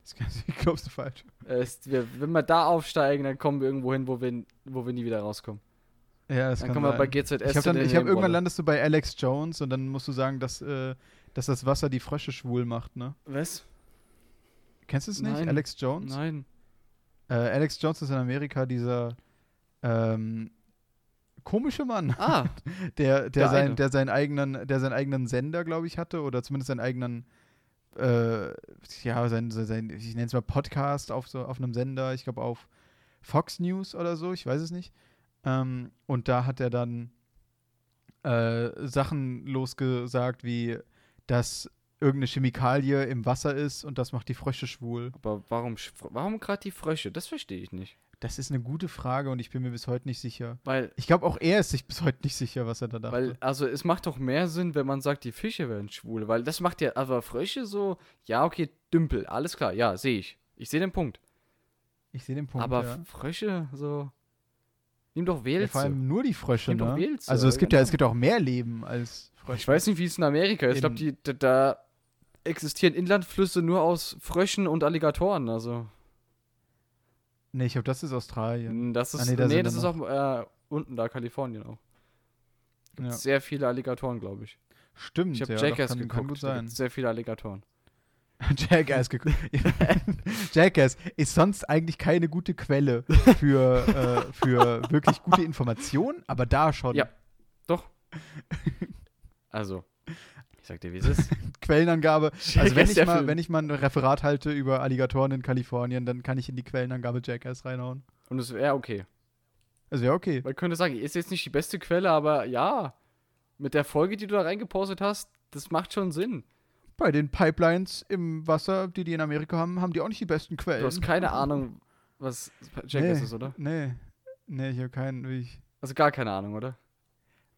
A: Das kannst- Ich glaub's du falsch.
B: Äh, Es, wir, wenn wir da aufsteigen, dann kommen wir irgendwo hin, wo wir, wo wir nie wieder rauskommen.
A: Ja, das
B: dann kommen wir bei GZS.
A: ich habe dann,
B: in
A: ich
B: den
A: hab irgendwann
B: Wolle.
A: landest du bei Alex Jones und dann musst du sagen, dass, äh, dass das Wasser die Frösche schwul macht, ne?
B: Was?
A: Kennst du es nicht?
B: Nein.
A: Alex Jones?
B: Nein.
A: Äh, Alex Jones ist in Amerika dieser ähm, komische Mann,
B: Ah,
A: der, der,
B: Der eine.
A: sein, der, seinen, eigenen, der seinen eigenen Sender, glaube ich, hatte oder zumindest seinen eigenen, äh, ja, sein, sein- sein, ich nenne es mal Podcast auf, so, auf einem Sender, ich glaube auf Fox News oder so, ich weiß es nicht. Ähm, und da hat er dann äh, Sachen losgesagt, wie dass irgendeine Chemikalie im Wasser ist und das macht die Frösche schwul.
B: aber warum, sch- warum gerade die Frösche? Das verstehe ich nicht.
A: Das ist eine gute Frage und ich bin mir bis heute nicht sicher.
B: Weil,
A: Ich glaube, auch er ist sich bis heute nicht sicher, was er da dachte.
B: weil, also es macht doch mehr Sinn, wenn man sagt, die Fische werden schwul, weil das macht ja, aber Frösche so, ja, okay, Dümpel, alles klar, ja, sehe ich. Ich sehe den Punkt.
A: ich sehe den Punkt.
B: aber
A: ja.
B: Frösche, so. Nimm doch
A: Ja,
B: Wels.
A: vor allem nur die Frösche,
B: Nimm doch
A: ne?
B: Pilze,
A: also es gibt ja,
B: genau.
A: es gibt auch mehr Leben als Frösche.
B: Ich weiß nicht, wie es in Amerika ist. Ich glaube,
A: Eben.
B: da, da existieren Inlandflüsse nur aus Fröschen und Alligatoren. Also,
A: Nee, ich glaube, das ist Australien.
B: mm, das
A: Ah,
B: ist,
A: nee,
B: nee,
A: da sind
B: das ist
A: wir
B: auch äh, unten da, Kalifornien auch.
A: Ja.
B: Sehr viele Alligatoren, glaube ich.
A: Stimmt,
B: Ich habe
A: ja, doch,
B: Jackass
A: kann,
B: geguckt.
A: kann gut
B: da
A: sein.
B: gibt's sehr viele Alligatoren.
A: Jackass geguckt. Jackass ist sonst eigentlich keine gute Quelle für, äh, für wirklich gute Informationen, aber da schon.
B: Ja. Doch. also, ich sag dir, wie es ist.
A: Quellenangabe. Also wenn
B: Jackass,
A: ich,
B: der
A: mal,
B: Film.
A: wenn ich mal ein Referat halte über Alligatoren in Kalifornien, dann kann ich in die Quellenangabe Jackass reinhauen.
B: Und es wäre okay.
A: Also ja, okay.
B: Man könnte sagen, ist jetzt nicht die beste Quelle, aber ja, mit der Folge, die du da reingepostet hast, das macht schon Sinn.
A: Bei den Pipelines im Wasser, die die in Amerika haben, haben die auch nicht die besten Quellen.
B: Du hast keine Ahnung, was Jackass
A: Nee.
B: ist, oder?
A: Nee. Nee, ich habe keinen. Ich,
B: Also gar keine Ahnung, oder?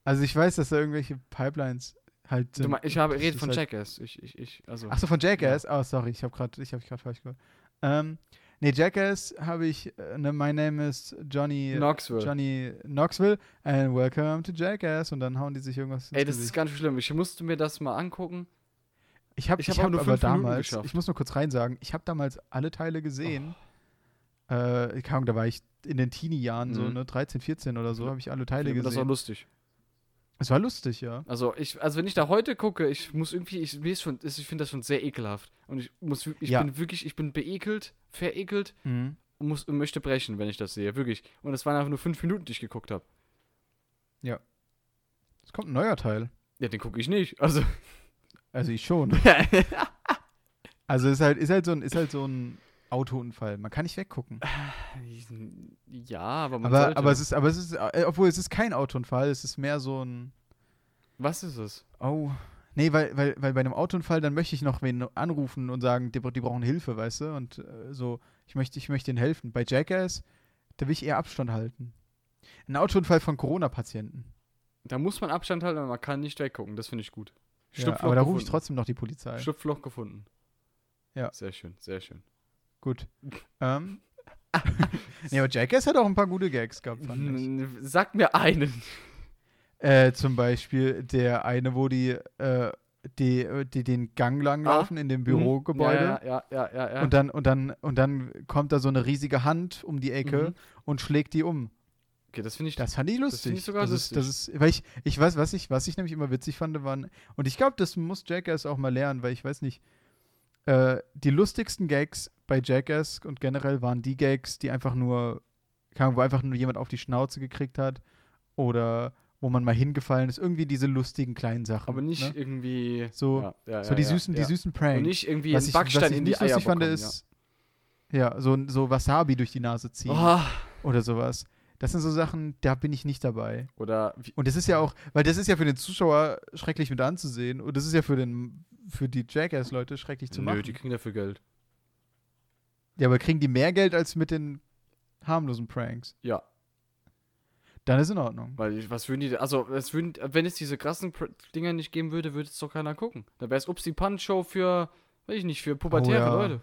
A: also ich weiß, dass da irgendwelche Pipelines halt
B: Du
A: sind.
B: mein, ich habe
A: das
B: rede
A: ist
B: von
A: halt-
B: Jackass. Ich, ich, ich, also.
A: Achso, von Jackass? Oh, sorry, ich habe gerade, ich habe gerade falsch gehört. Ähm, nee, Jackass habe ich, äh, ne, my name is Johnny
B: Knoxville.
A: Johnny Knoxville and welcome to Jackass und dann hauen die sich irgendwas
B: Ey,
A: ins
B: das ist
A: Gesicht.
B: ganz schlimm. Ich musste mir das mal angucken.
A: Ich habe
B: ich
A: ich
B: hab
A: hab
B: auch
A: aber,
B: nur fünf Minuten
A: damals,
B: geschafft.
A: ich muss nur kurz rein sagen, ich habe damals alle Teile gesehen. Äh, keine Ahnung, da war ich in den Teenie-Jahren, so
B: Oh. Mhm.
A: ne, 13, 14 oder so, habe ich alle
B: Ich
A: Teile
B: finde das war
A: gesehen.
B: lustig.
A: Es war lustig, ja.
B: Also ich, also wenn ich da heute gucke, ich muss irgendwie, ich mir ist schon, ist- ich finde das schon sehr ekelhaft. Und ich muss, wir- ich
A: Ja.
B: bin wirklich, ich bin beekelt, verekelt und muss und möchte brechen, wenn ich das sehe, wirklich. Und es waren einfach nur fünf Minuten, die ich geguckt habe.
A: Es kommt ein neuer Teil.
B: Ja, den gucke ich nicht. Also
A: Also ich schon. also ist halt, ist halt so ein, ist halt so ein Autounfall. Man kann nicht weggucken.
B: ja, aber man
A: Aber,
B: sollte.
A: aber es ist, aber es ist, äh, obwohl es ist kein Autounfall, es ist mehr so ein
B: was ist es?
A: Oh. Nee, weil, weil, weil bei einem Autounfall, dann möchte ich noch wen anrufen und sagen, die, bra- die brauchen Hilfe, weißt du? Und äh, so, ich möchte, ich möchte ihnen helfen. Bei Jackass, da will ich eher Abstand halten. Ein Autounfall von Corona-Patienten.
B: Da muss man Abstand halten, aber man kann nicht weggucken. Das finde ich gut.
A: Ja, aber da rufe ich
B: gefunden.
A: trotzdem noch die Polizei.
B: Schlupfloch gefunden.
A: Ja.
B: Sehr schön, sehr schön.
A: Gut. ähm. nee, aber Jackass hat auch ein paar gute Gags gehabt, fand ich.
B: N- Sag mir einen.
A: Äh, zum Beispiel der eine, wo die, äh, die, äh, die den Gang lang
B: Ah.
A: laufen in dem Bürogebäude.
B: Ja, ja, ja, ja. ja.
A: Und dann, und dann, und dann kommt da so eine riesige Hand um die Ecke
B: Mhm.
A: und schlägt die um.
B: okay, das finde ich.
A: Das fand ich lustig.
B: finde ich sogar
A: das Ist, das ist, weil ich, ich weiß, was ich, was ich nämlich immer witzig fand, waren, und ich glaube, das muss Jackass auch mal lernen, weil ich weiß nicht, äh, die lustigsten Gags bei Jackass und generell waren die Gags, die einfach nur, keine Ahnung, wo einfach nur jemand auf die Schnauze gekriegt hat oder wo man mal hingefallen ist. Irgendwie diese lustigen kleinen Sachen.
B: aber
A: Ne?
B: nicht irgendwie.
A: So,
B: ja, ja,
A: so
B: ja,
A: die
B: ja,
A: süßen,
B: ja.
A: die süßen Pranks.
B: Und nicht irgendwie
A: Was
B: einen
A: ich,
B: Backstein
A: was ich
B: in die
A: nicht
B: Eier
A: lustig fand,
B: bekommen,
A: ist, ja, so, so Wasabi durch die Nase ziehen
B: ja.
A: oder sowas. Das sind so Sachen, da bin ich nicht dabei.
B: Oh, oder wie,
A: Und das ist ja auch, weil das ist ja für den Zuschauer schrecklich mit anzusehen und das ist ja für, den, für die Jackass-Leute schrecklich zu
B: nö,
A: machen.
B: die kriegen dafür Geld.
A: Ja, aber kriegen die mehr Geld als mit den harmlosen Pranks?
B: Ja.
A: Dann ist in Ordnung.
B: Weil ich, was würden die, da- also es würden, wenn es diese krassen Pr Dinger nicht geben würde, würde es doch keiner gucken. Da wäre es Upsi Punch Show für, weiß ich nicht, für pubertäre
A: Oh, ja.
B: Leute.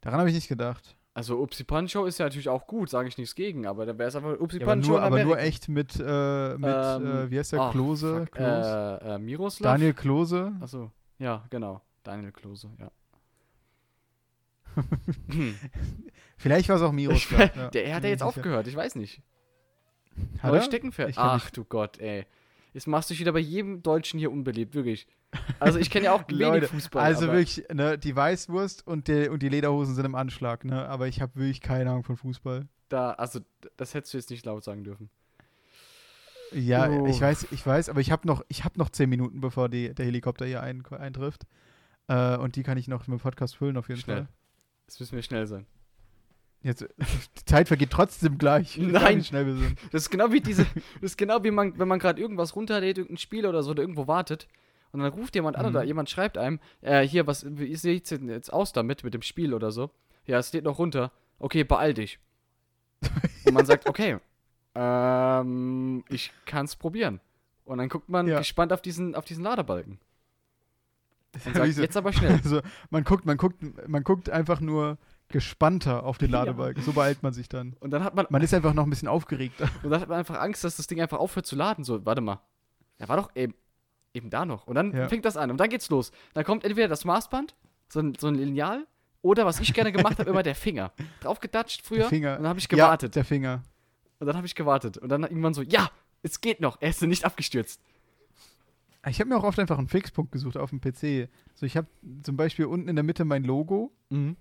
A: Daran habe ich nicht gedacht.
B: Also Upsi Punch Show ist ja natürlich auch gut, sage ich nichts gegen, aber da wäre es einfach Upsi
A: Ja, aber
B: Punch Show
A: nur,
B: in
A: aber nur
B: Amerika.
A: echt mit, äh, mit
B: Ähm,
A: äh, wie heißt der,
B: ach,
A: Klose?
B: Fuck,
A: Klose?
B: Äh, äh, Miroslav?
A: Daniel Klose?
B: Achso, ja, genau. Daniel Klose, ja.
A: Vielleicht war es auch
B: Ich,
A: Miroslav. ja.
B: der hat ja
A: Bin
B: jetzt
A: mir nicht sicher.
B: aufgehört, ich weiß nicht.
A: Hat
B: Aber
A: er?
B: Steckenpferd.
A: Ich kann
B: Ach du Gott, ey. Jetzt machst du dich wieder bei jedem Deutschen hier unbeliebt, wirklich. Also ich kenne ja auch wenig
A: Leute,
B: Fußball.
A: also
B: aber-
A: wirklich, ne, die Weißwurst und, der, und die Lederhosen sind im Anschlag, ne? Aber ich habe wirklich keine Ahnung von Fußball.
B: Da, also, d- das hättest du jetzt nicht laut sagen dürfen.
A: Ja,
B: Oh.
A: ich weiß, ich weiß, aber ich habe noch, ich hab noch zehn Minuten, bevor die, der Helikopter hier ein, eintrifft. Äh, und die kann ich noch mit dem Podcast füllen, auf jeden
B: Schnell.
A: Fall.
B: Jetzt müssen wir schnell sein.
A: Jetzt, die Zeit vergeht trotzdem gleich. egal
B: Nein.
A: Wie schnell wir sind.
B: Das ist genau wie diese, das ist genau wie man, wenn man gerade irgendwas runterlädt, irgendein Spiel oder so, oder irgendwo wartet. Und dann ruft jemand an
A: Mhm.
B: oder jemand schreibt einem, äh, hier, was, wie sieht's denn jetzt aus damit, mit dem Spiel oder so? Ja, es lädt noch runter. Okay, beeil dich. Und man sagt, okay, ähm, ich kann's probieren. Und dann guckt man
A: Ja.
B: gespannt auf diesen, auf diesen Ladebalken und
A: Wie
B: sagt,
A: so-
B: jetzt aber schnell.
A: Also, man guckt, man guckt, man guckt einfach nur gespannter auf den
B: Ja.
A: Ladebalken. So beeilt man sich dann.
B: Und dann hat man,
A: Man ist einfach noch ein bisschen aufgeregt.
B: und dann hat man einfach Angst, dass das Ding einfach aufhört zu laden. So, warte mal. Er war doch eben, eben da noch. Und dann
A: Ja.
B: fängt das an. Und dann geht's los. Dann kommt entweder das Maßband, so ein, so ein Lineal, oder was ich gerne gemacht habe, immer der Finger. Draufgedatscht früher.
A: Der Finger.
B: Und dann habe ich gewartet.
A: Ja, der Finger.
B: Und dann habe ich gewartet. Und dann irgendwann so, ja, es geht noch. Er ist nicht abgestürzt.
A: Ich habe mir auch oft einfach einen Fixpunkt gesucht auf dem PC. So, ich habe zum Beispiel unten in der Mitte mein Logo,
B: Mhm.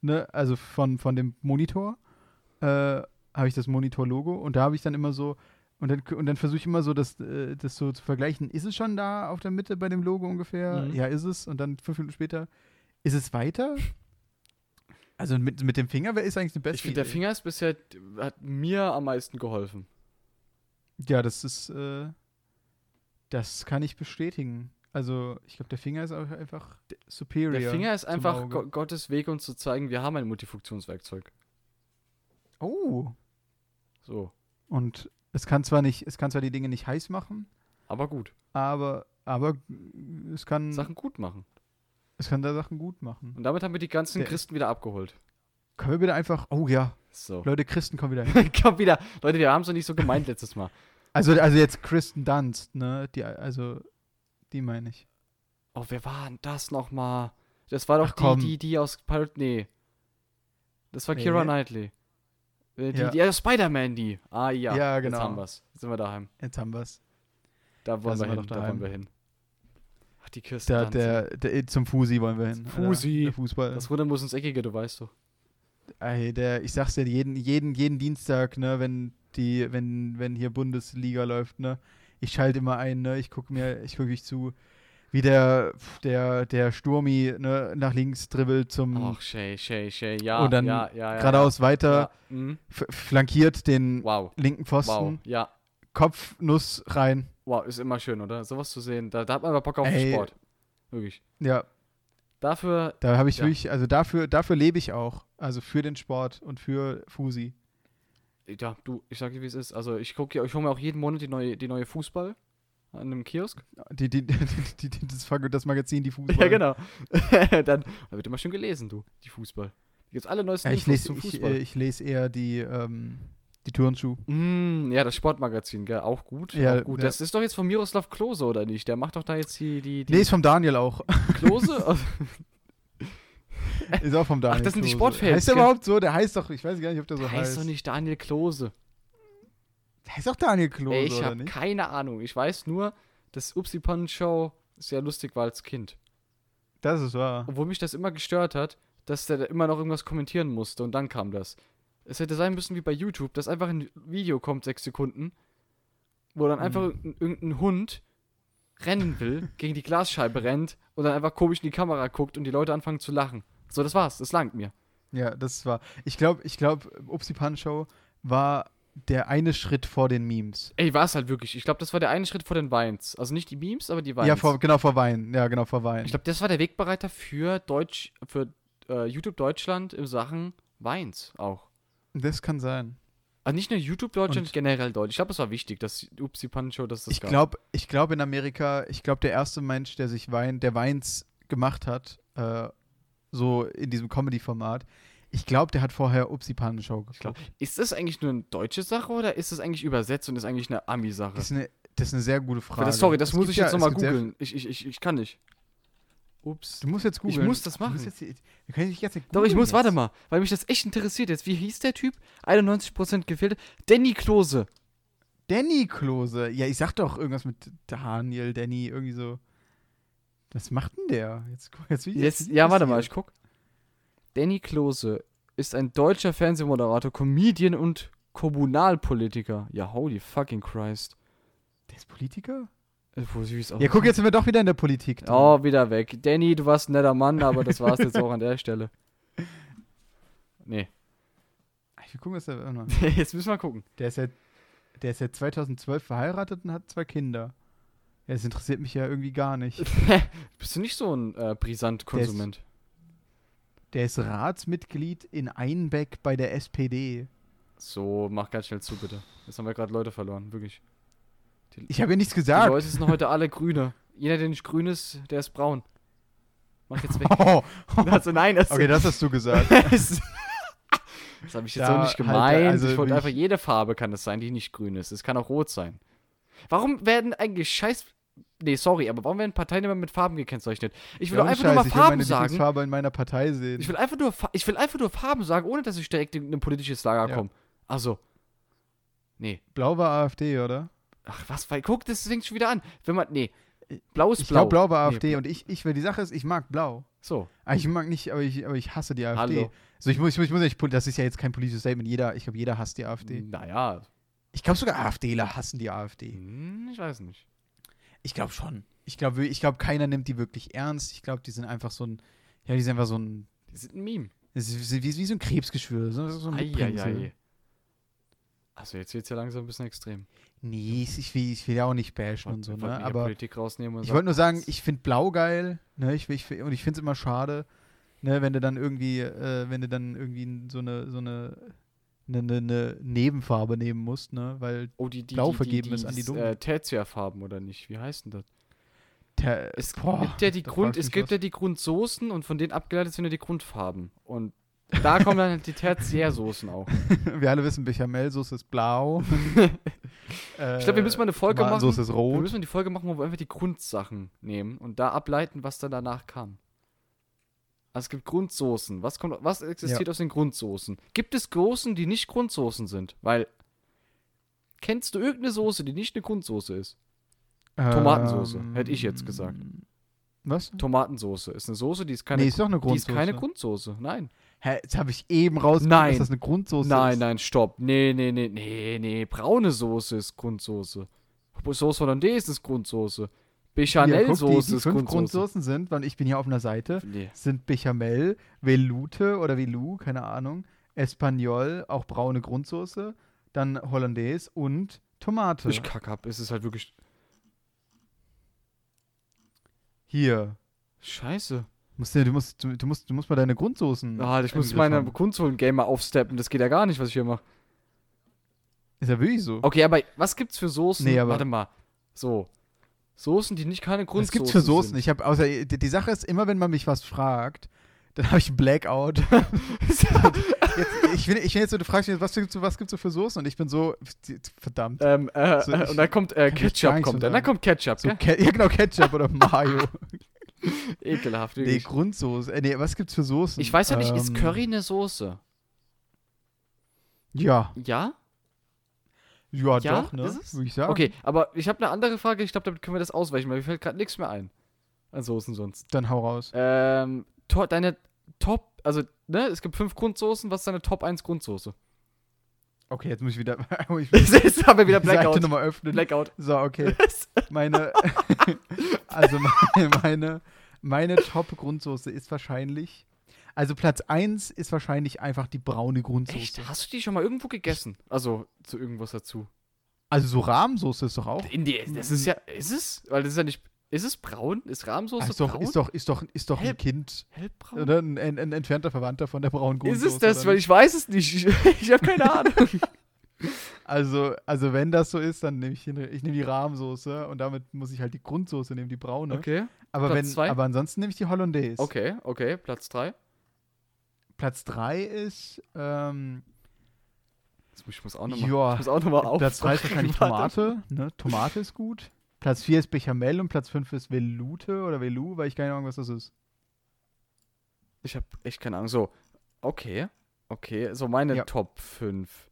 A: ne, also von, von dem Monitor, äh, habe ich das Monitor-Logo und da habe ich dann immer so, und dann, und dann versuche ich immer so, das, äh, das so zu vergleichen. Ist es schon da auf der Mitte bei dem Logo ungefähr?
B: Mhm.
A: Ja, ist es. Und dann fünf Minuten später, ist es weiter? Also mit, mit dem Finger, wer ist eigentlich die beste
B: Ich finde, der
A: Idee?
B: Finger ist bisher, hat mir am meisten geholfen.
A: Ja, das ist, äh, das kann ich bestätigen. Also, ich glaube, der Finger ist auch einfach superior.
B: Der Finger ist
A: zum
B: einfach
A: Auge.
B: Go Gottes Weg, uns zu zeigen, wir haben ein Multifunktionswerkzeug.
A: Oh.
B: So.
A: Und es kann zwar nicht, es kann zwar die Dinge nicht heiß machen,
B: Aber gut.
A: aber, aber es kann,
B: Sachen gut machen.
A: es kann da Sachen gut machen.
B: Und damit haben wir die ganzen
A: Der-
B: Christen wieder abgeholt.
A: Können wir bitte einfach, oh ja,
B: So.
A: Leute, Christen kommen wieder hin.
B: Komm wieder. Leute, wir haben es doch nicht so gemeint letztes Mal.
A: Also, also jetzt Kristen Dunst, ne, die, also, die meine ich.
B: Oh, wer war denn das nochmal? Das war doch
A: Ach, komm.
B: die, die, die aus Pirate. Nee. Das war
A: Nee.
B: Kira Knightley. Äh, Die,
A: Ja.
B: die, ja, Spider-Man, die. Ah ja.
A: Ja, genau.
B: Jetzt haben wir's. Jetzt sind wir daheim.
A: Jetzt haben wir's.
B: Da wollen
A: sind
B: wir
A: wir
B: hin.
A: doch
B: Da wollen
A: daheim.
B: wir hin. Ach, die Kirsten.
A: Der, äh,
B: Dunst.
A: der, der, zum Fusi wollen wir hin.
B: Zum Fusi.
A: Alter, Der Fußball.
B: das Runde muss ins Eckige, du weißt doch.
A: Ey, der, ich sag's dir, jeden, jeden, jeden Dienstag, ne, wenn die, wenn, wenn hier Bundesliga läuft, ne, ich schalte immer ein, ne, ich guck mir, ich guck ich zu, wie der, pf, der, der Sturmi, ne, nach links dribbelt zum
B: Ach, Shay, Shay, Shay. Ja,
A: Hm. Und dann
B: ja, ja, ja.
A: geradeaus
B: Ja.
A: weiter,
B: Mhm.
A: f- flankiert den
B: Wow.
A: linken
B: Wow.
A: Pfosten,
B: Ja.
A: Kopfnuss rein.
B: Wow, ist immer schön, oder? Sowas zu sehen. Da, da hat man aber Bock auf den
A: Ey.
B: Sport. Wirklich.
A: Ja,
B: Dafür
A: da habe ich
B: Ja.
A: wirklich, also dafür, dafür lebe ich auch. Also für den Sport und für Fusi.
B: Ja, du, ich sag dir, wie es ist. Also ich gucke ich hole mir auch jeden Monat die neue, die neue Fußball an einem Kiosk.
A: Die, die, die, die, die, das Fag- das Magazin, die Fußball.
B: genau. Dann da wird immer schön gelesen, du, die Fußball. Die gibt's alle neuesten
A: Ja, ich,
B: Infos
A: lese,
B: zum
A: ich,
B: Fußball.
A: äh, ich lese eher die, ähm, die Turnschuh.
B: Mm, ja, das Sportmagazin, gell, auch gut.
A: Ja,
B: auch gut.
A: ja.
B: Das ist doch jetzt von Miroslav Klose, oder nicht? Der macht doch da jetzt die, die, die
A: Nee, ist vom Daniel auch.
B: Klose. Also,
A: Ist auch vom Daniel.
B: das sind die
A: Klose.
B: Sportfans,
A: Heißt der
B: gell?
A: überhaupt so? Der heißt doch, ich weiß gar nicht, ob der so
B: der
A: heißt.
B: heißt doch nicht Daniel Klose.
A: Der heißt doch Daniel Klose,
B: Ey, ich
A: oder
B: habe
A: nicht?
B: keine Ahnung. Ich weiß nur, dass Upsi Punch Show sehr lustig war als Kind.
A: Das ist wahr.
B: obwohl mich das immer gestört hat, dass der da immer noch irgendwas kommentieren musste und dann kam das. Es hätte sein müssen wie bei YouTube, dass einfach ein Video kommt, sechs Sekunden, wo dann
A: Mhm.
B: einfach irgendein, irgendein Hund rennen will, gegen die Glasscheibe rennt und dann einfach komisch in die Kamera guckt und die Leute anfangen zu lachen. So, das war's, das langt mir.
A: Ja, das ist wahr. Ich glaube, ich glaube, Upsi Pan Show war der eine Schritt vor den Memes.
B: Ey, war's halt wirklich. Ich glaube, das war der eine Schritt vor den Vines. Also nicht die Memes, aber die Vines.
A: Ja, vor, genau, vor Wein. Ja, genau, vor Wein.
B: ich glaube, das war der Wegbereiter für Deutsch, für äh, YouTube Deutschland in Sachen Vines auch.
A: das kann sein.
B: Also nicht nur YouTube Deutschland,
A: Und-
B: generell Deutsch. Ich glaube, es war wichtig, dass Upsi Pancho, dass das
A: Ich glaube, ich glaube in Amerika, ich glaube, der erste Mensch, der sich Wein, der Weins gemacht hat, äh, so in diesem Comedy-Format, ich glaube, der hat vorher Upsi Pan Show geguckt.
B: glaub, Ist das eigentlich nur eine deutsche Sache oder ist das eigentlich übersetzt und ist eigentlich eine Ami-Sache?
A: Das ist, eine, das ist eine sehr gute
B: Weil
A: Frage.
B: Das, sorry, das
A: Es
B: muss
A: gibt
B: ich jetzt
A: ja-
B: nochmal
A: es gibt sehr-
B: googeln. Ich, ich, ich, ich kann nicht. Ups.
A: Du musst jetzt googeln.
B: muss das
A: Du musst
B: machen.
A: Jetzt, die- wir können nicht jetzt googeln
B: Doch, ich muss,
A: jetzt.
B: warte mal, weil mich das echt interessiert jetzt. Wie hieß der Typ? 91% gefehlt. Danny Klose.
A: Danny Klose. Ja, ich sag doch irgendwas mit Daniel, Danny, irgendwie so. Was macht denn der? Jetzt, guck- jetzt,
B: Jetzt, ja, warte mal,
A: Ich,
B: ich guck. Danny Klose ist ein deutscher Fernsehmoderator, Comedian und Kommunalpolitiker. Ja, holy fucking Christ.
A: der ist Politiker?
B: Äh, Wo süß auch.
A: Ja, guck, jetzt sind wir doch wieder in der Politik. drin.
B: Oh, wieder weg. Danny, du warst ein netter Mann, aber das war's jetzt auch an der Stelle. Nee.
A: Ich will gucken, was der. warte mal.
B: Jetzt müssen wir gucken.
A: Der ist, ja, der ist ja 2012 verheiratet und hat zwei Kinder. Ja, das interessiert mich ja irgendwie gar nicht.
B: Bist du nicht so ein äh, Brisant-Konsument?
A: Der ist Ratsmitglied in Einbeck bei der SPD.
B: So, mach ganz schnell zu, bitte. Jetzt haben wir gerade Leute verloren, wirklich.
A: Ich habe ja nichts
B: Die
A: gesagt.
B: Leute sind heute alle Grüne. Jeder, der nicht grün ist, der ist braun. Mach jetzt weg.
A: Oh,
B: Also nein, das
A: okay, das hast du gesagt.
B: das habe ich jetzt
A: Da
B: so nicht
A: halt,
B: gemeint.
A: also
B: ich wollte
A: mich-
B: einfach, jede Farbe kann es sein, die nicht grün ist. Es kann auch rot sein. Warum werden eigentlich scheiß... Nee, sorry, aber warum werden Parteien immer mit Farben gekennzeichnet? Ich will
A: Ja,
B: doch
A: ohne
B: einfach nur
A: Scheiß,
B: mal
A: ich will
B: Farben
A: meine
B: sagen.
A: Lieblingsfarbe in meiner Partei sehen.
B: Ich will, einfach nur, Fa- ich will einfach nur Farben sagen, ohne dass ich direkt in ein politisches Lager
A: Ja.
B: komme. Also, nee.
A: Blau war AfD, oder?
B: Ach, was, weil, guck, das fängt schon wieder an. Wenn man, nee, blau ist
A: Ich
B: blau.
A: glaube, Blau war
B: Nee,
A: AfD und ich, ich, weil die Sache ist, ich mag Blau.
B: So,
A: Ah, Ich mag nicht, aber ich, aber ich hasse die AfD.
B: hallo.
A: So, ich muss, ich muss, ich muss nicht, pol- das ist ja jetzt kein politisches Statement. Jeder, ich glaube, jeder hasst die
B: Mhm.
A: AfD.
B: Naja,
A: Ich glaube sogar AfDler hassen die AfD.
B: hm, ich weiß nicht.
A: Ich glaube schon. Ich glaube, wir- ich glaube, keiner nimmt die wirklich ernst. Ich glaube, die sind einfach so ein, ja, die sind einfach so ein,
B: Die sind ein Meme.
A: es ist wie, wie so ein Krebsgeschwür. So, so ein Mitbringsel.
B: Eieiei. Also jetzt wird es ja langsam ein bisschen extrem.
A: Nee, ich, ich will, ich will ja auch nicht bashen
B: Wollt-
A: und so,
B: wollt
A: ne?
B: mir
A: Aber
B: Politik rausnehmen und
A: ich
B: sagen,
A: wollte nur sagen,
B: das-
A: ich finde Blau geil, ne? Ich, will- ich, will- und ich finde es immer schade, ne, wenn du dann irgendwie, äh, wenn du dann irgendwie so eine, so eine, eine, eine, eine Nebenfarbe nehmen musst, ne? Weil
B: oh, die, die,
A: blau
B: die,
A: vergeben
B: die,
A: ist an die
B: s-
A: Dummen.
B: Äh, Tertiärfarben oder nicht? Wie heißt denn das?
A: der,
B: Es
A: boah,
B: gibt ja die
A: da fragst
B: Grund,
A: du
B: es
A: mich
B: gibt
A: was.
B: ja die Grundsoßen und von denen abgeleitet sind ja die Grundfarben. Und da kommen dann halt die Tertiärsoßen auch.
A: wir alle wissen, Bechamelsoße ist blau. Äh,
B: Ich glaube, wir müssen mal eine Folge machen.
A: Soße ist
B: Wir
A: rot.
B: müssen die Folge machen, wo wir einfach die Grundsachen nehmen und da ableiten, was dann danach kam. Also es gibt Grundsoßen. Was, kommt, was existiert aus den Grundsoßen? Gibt es Soßen, die nicht Grundsoßen sind? Weil, kennst du irgendeine Soße, die nicht eine Grundsoße ist? Tomatensoße, hätte ich jetzt gesagt.
A: Ähm, Was?
B: Tomatensoße ist eine Soße, die ist keine,
A: nee, ist doch eine
B: die
A: Grundsoße.
B: ist keine Grundsoße. Nein.
A: Hä, jetzt habe ich eben rausgefunden,
B: Nein.
A: dass das eine Grundsoße
B: nein,
A: ist.
B: nein, stopp. Nee, nee, nee, nee, nee. Braune Soße ist Grundsoße. Soße Hollandaise ist Grundsoße.
A: Hier, guck, die,
B: Bechamel-Soße
A: die
B: ist
A: fünf
B: Grundsoße.
A: Grundsoßen sind, weil ich bin hier auf einer Seite,
B: Nee.
A: sind Bechamel, Velute oder Velou, keine Ahnung, Espanol, auch braune Grundsoße, dann Hollandaise und Tomate.
B: Ich kack ab. Es ist halt wirklich
A: Hier.
B: Scheiße.
A: Musst du, du, musst, du, du musst, du musst mal deine Grundsoßen.
B: Ah, ich
A: im
B: muss
A: Griff
B: meine
A: haben.
B: Konsolen-Gamer aufsteppen. Das geht ja gar nicht, was ich hier mache.
A: Ist ja wirklich so.
B: Okay, aber was gibt's für Soßen?
A: Nee, aber-
B: Warte mal. So. Soßen, die nicht keine
A: Was
B: Grundsoßen
A: gibt's für Soßen?
B: Sind.
A: Ich habe außer die, die Sache ist immer, wenn man mich was fragt, dann habe ich einen Blackout. halt, jetzt, ich will, ich will jetzt so, du fragst mich, was gibt's, so- was gibt's so für Soßen? Und ich bin so verdammt.
B: Ähm, äh,
A: So,
B: äh,
A: ich-
B: und dann kommt äh,
A: kann jetzt gar
B: Ketchup.
A: nichts
B: Kommt dann.
A: sagen.
B: dann kommt Ketchup.
A: So
B: gell?
A: Ke ja genau Ketchup oder Mayo.
B: Ekelhaft.
A: nee,
B: Wirklich.
A: Grundsoße. Äh, nee, was gibt's für Soßen?
B: ich weiß ja nicht, ist
A: Ähm,
B: Curry eine Soße?
A: Ja,
B: Ja?
A: ja,
B: Ja,
A: doch, ne?
B: ist es?
A: Würde ich sagen.
B: Okay, aber ich habe eine andere Frage. Ich glaube, damit können wir das ausweichen, weil mir fällt gerade nichts mehr ein. An Soßen sonst.
A: Dann hau raus.
B: Ähm, to deine Top, also, ne, es gibt fünf Grundsoßen. Was ist deine Top 1 Grundsoße?
A: Okay, jetzt muss ich wieder ich will
B: Jetzt haben wir wieder
A: die Seite
B: Blackout.
A: nochmal öffnen.
B: Blackout.
A: so, okay. Meine also meine, meine, meine Top Grundsoße ist wahrscheinlich also Platz 1 ist wahrscheinlich einfach die braune Grundsoße.
B: Echt? Also, Hast du die schon mal irgendwo gegessen? Also zu irgendwas dazu.
A: Also so Rahmsoße ist doch auch
B: In die, das ist ja. Ist es? Weil das ist ja nicht. Ist es braun? Ist Rahmsoße
A: Ah, ist, doch,
B: braun?
A: ist doch ist doch ist doch
B: Hä?
A: ein Kind
B: Hellbraun?
A: oder ein, ein, ein entfernter Verwandter von der braunen
B: ist
A: Grundsoße.
B: es das?
A: oder
B: Weil
A: nicht?
B: ich weiß es nicht. Ich, ich habe keine Ahnung.
A: also also wenn das so ist, dann nehme ich den, ich nehme die Rahmsoße und damit muss ich halt die Grundsoße nehmen, die braune.
B: Okay.
A: Aber
B: Platz
A: wenn
B: zwei?
A: aber ansonsten nehme ich die Hollandaise.
B: Okay, okay. Platz 3.
A: Platz 3 ist ähm,
B: Ich muss auch nochmal.
A: Joa.
B: Ich muss auch nochmal auf.
A: Platz 3 ist wahrscheinlich
B: Warte.
A: Tomate. Ne? Tomate ist gut. Platz 4 ist Bechamel und Platz 5 ist Velute oder Velu, weil ich keine Ahnung, was das ist.
B: Ich habe echt keine Ahnung. So. Okay. Okay. So meine
A: Ja.
B: Top 5.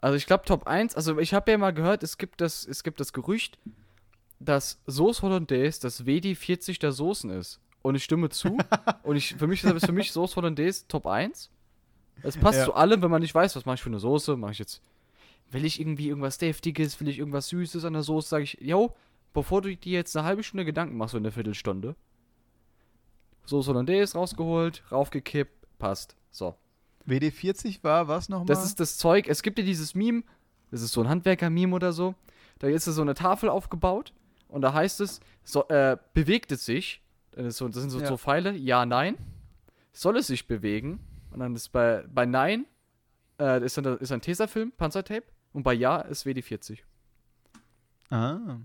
B: Also ich glaube Top 1, also ich habe ja mal gehört, es gibt das, es gibt das Gerücht, dass Sauce Hollandaise das WD40 der Soßen ist. Und ich stimme zu. und ich, für mich ist für mich Sauce Hollandaise Top 1. Es passt
A: Ja.
B: zu allem, wenn man nicht weiß, was mache ich für eine Soße, mache ich jetzt. Will ich irgendwie irgendwas Deftiges, will ich irgendwas Süßes an der Soße, sage ich, yo, bevor du dir jetzt eine halbe Stunde Gedanken machst, so in der Viertelstunde. Sauce Hollandaise rausgeholt, raufgekippt, passt. So.
A: WD40 war was nochmal?
B: Das ist das Zeug. Es gibt ja dieses Meme, das ist so ein Handwerker-Meme oder so. Da ist so eine Tafel aufgebaut und da heißt es, so, äh, bewegt es sich? Das, ist so, das sind so,
A: Ja.
B: so Pfeile, ja, nein. Soll es sich bewegen? Und dann ist bei, bei Nein äh, ist, dann, ist ein Tesafilm, Panzertape. Und bei Ja ist WD40.
A: ah.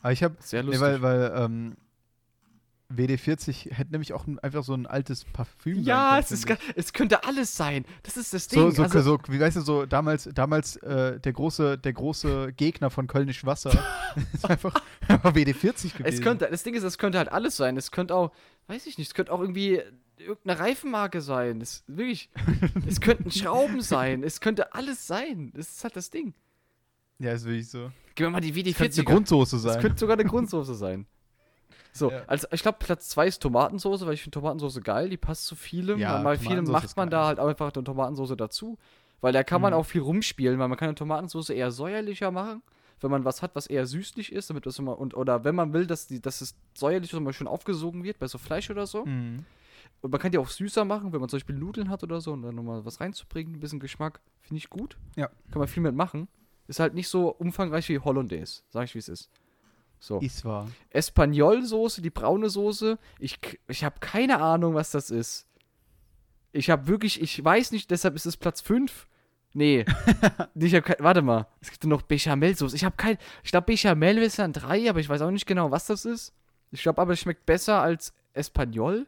A: Aber ich habe
B: Sehr
A: Nee,
B: lustig.
A: weil, weil ähm, WD40 hätte nämlich auch ein, einfach so ein altes Parfüm.
B: ja,
A: sein
B: es, ist,
A: können,
B: ge- es könnte alles sein. Das ist das Ding.
A: finde ich. so, so,
B: also,
A: so, wie weißt du, so damals, damals äh, der, große, der große Gegner von Kölnisch Wasser ist einfach WD40 gewesen.
B: Es könnte, das Ding ist, es könnte halt alles sein. Es könnte auch, weiß ich nicht, es könnte auch irgendwie irgendeine Reifenmarke sein. Es, wirklich, es könnten Schrauben sein. Es könnte alles sein. Das ist halt das Ding.
A: Ja, ist wirklich so.
B: Gib mir mal die
A: Es könnte eine
B: WD-40.
A: Grundsoße
B: Es
A: sein.
B: könnte sogar eine Grundsoße sein. So,
A: Ja.
B: also ich glaube, Platz 2 ist Tomatensoße, weil ich finde Tomatensoße geil, die passt zu vielem.
A: Ja,
B: Ja, bei vielem
A: Tomatensoße
B: macht
A: ist
B: man
A: geil.
B: da halt einfach eine Tomatensoße dazu. Weil da kann man
A: Mhm.
B: auch viel rumspielen, weil man kann eine Tomatensoße eher säuerlicher machen, wenn man was hat, was eher süßlich ist, damit das immer, und oder wenn man will, dass, die, dass es säuerlich immer schön aufgesogen wird, bei so Fleisch oder so.
A: Mhm.
B: Und man kann die auch süßer machen, wenn man zum Beispiel Nudeln hat oder so und dann nochmal was reinzubringen, ein bisschen Geschmack, finde ich gut.
A: Ja.
B: Kann man viel mit machen. Ist halt nicht so umfangreich wie Hollandaise, sag ich wie es ist. So.
A: Ist wahr.
B: Espagnol-Soße, die braune Soße. Ich, k- ich habe keine Ahnung, was das ist. Ich habe wirklich, ich weiß nicht, deshalb ist es Platz 5. Nee. ich hab kein, warte mal. Es gibt noch Bechamel-Soße. Ich habe kein, ich glaube, Bechamel ist dann 3, aber ich weiß auch nicht genau, was das ist. Ich glaube aber, es schmeckt besser als Espagnol.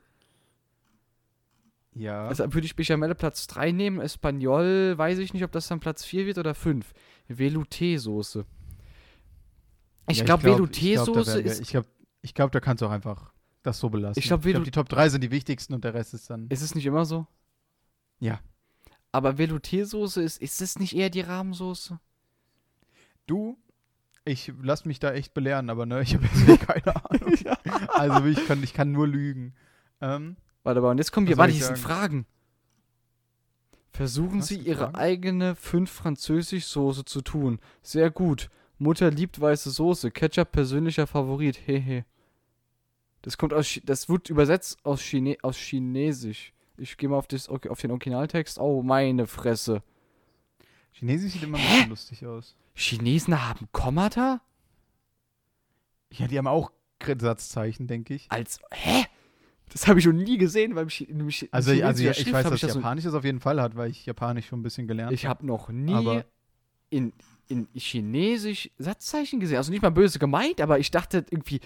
A: Ja.
B: Deshalb würde ich Bechamel Platz 3 nehmen. Espagnol, weiß ich nicht, ob das dann Platz 4 wird oder 5. Velouté-Soße. Ich
A: ja,
B: glaube,
A: glaub- ich glaub, da
B: Velouté-Soße
A: werden wir-
B: ist
A: Ich glaube, ich glaub, da kannst du auch einfach das so belassen.
B: Ich glaub, Velut-
A: die Top 3 sind die wichtigsten und der Rest ist dann.
B: Ist es nicht immer so?
A: Ja.
B: Aber Velouté-Soße ist, ist es nicht eher die Rahmensoße?
A: Du, ich lass mich da echt belehren, aber ne, ich habe jetzt echt keine Ahnung. Also ich kann, ich kann nur lügen. Ähm,
B: Warte mal, und jetzt kommen
A: Was
B: wir,
A: soll
B: warte,
A: ich
B: hier sind Fragen. Versuchen
A: Was
B: Sie,
A: für
B: Ihre
A: Fragen?
B: eigene fünf französisch Soße zu tun. Sehr gut. Mutter liebt weiße Soße. Ketchup persönlicher Favorit. Hehe. Das kommt aus, Chi- das wird übersetzt aus, Chine aus Chinesisch. Ich gehe mal auf, das, auf den Originaltext. Oh, meine Fresse.
A: Chinesisch sieht immer ein bisschen lustig aus.
B: Chinesen haben Kommata?
A: Ja, die haben auch Satzzeichen, denke ich.
B: Als. Hä? Das habe ich noch nie gesehen beim Chi im Chi- im
A: Also, also
B: chinesischer
A: ja, ich
B: Schrift
A: weiß,
B: hab
A: dass
B: das noch-
A: Japanisch das auf jeden Fall hat, weil ich Japanisch schon ein bisschen gelernt
B: Ich habe noch nie
A: Aber-
B: in, in Chinesisch Satzzeichen gesehen. Also nicht mal böse gemeint, aber ich dachte irgendwie,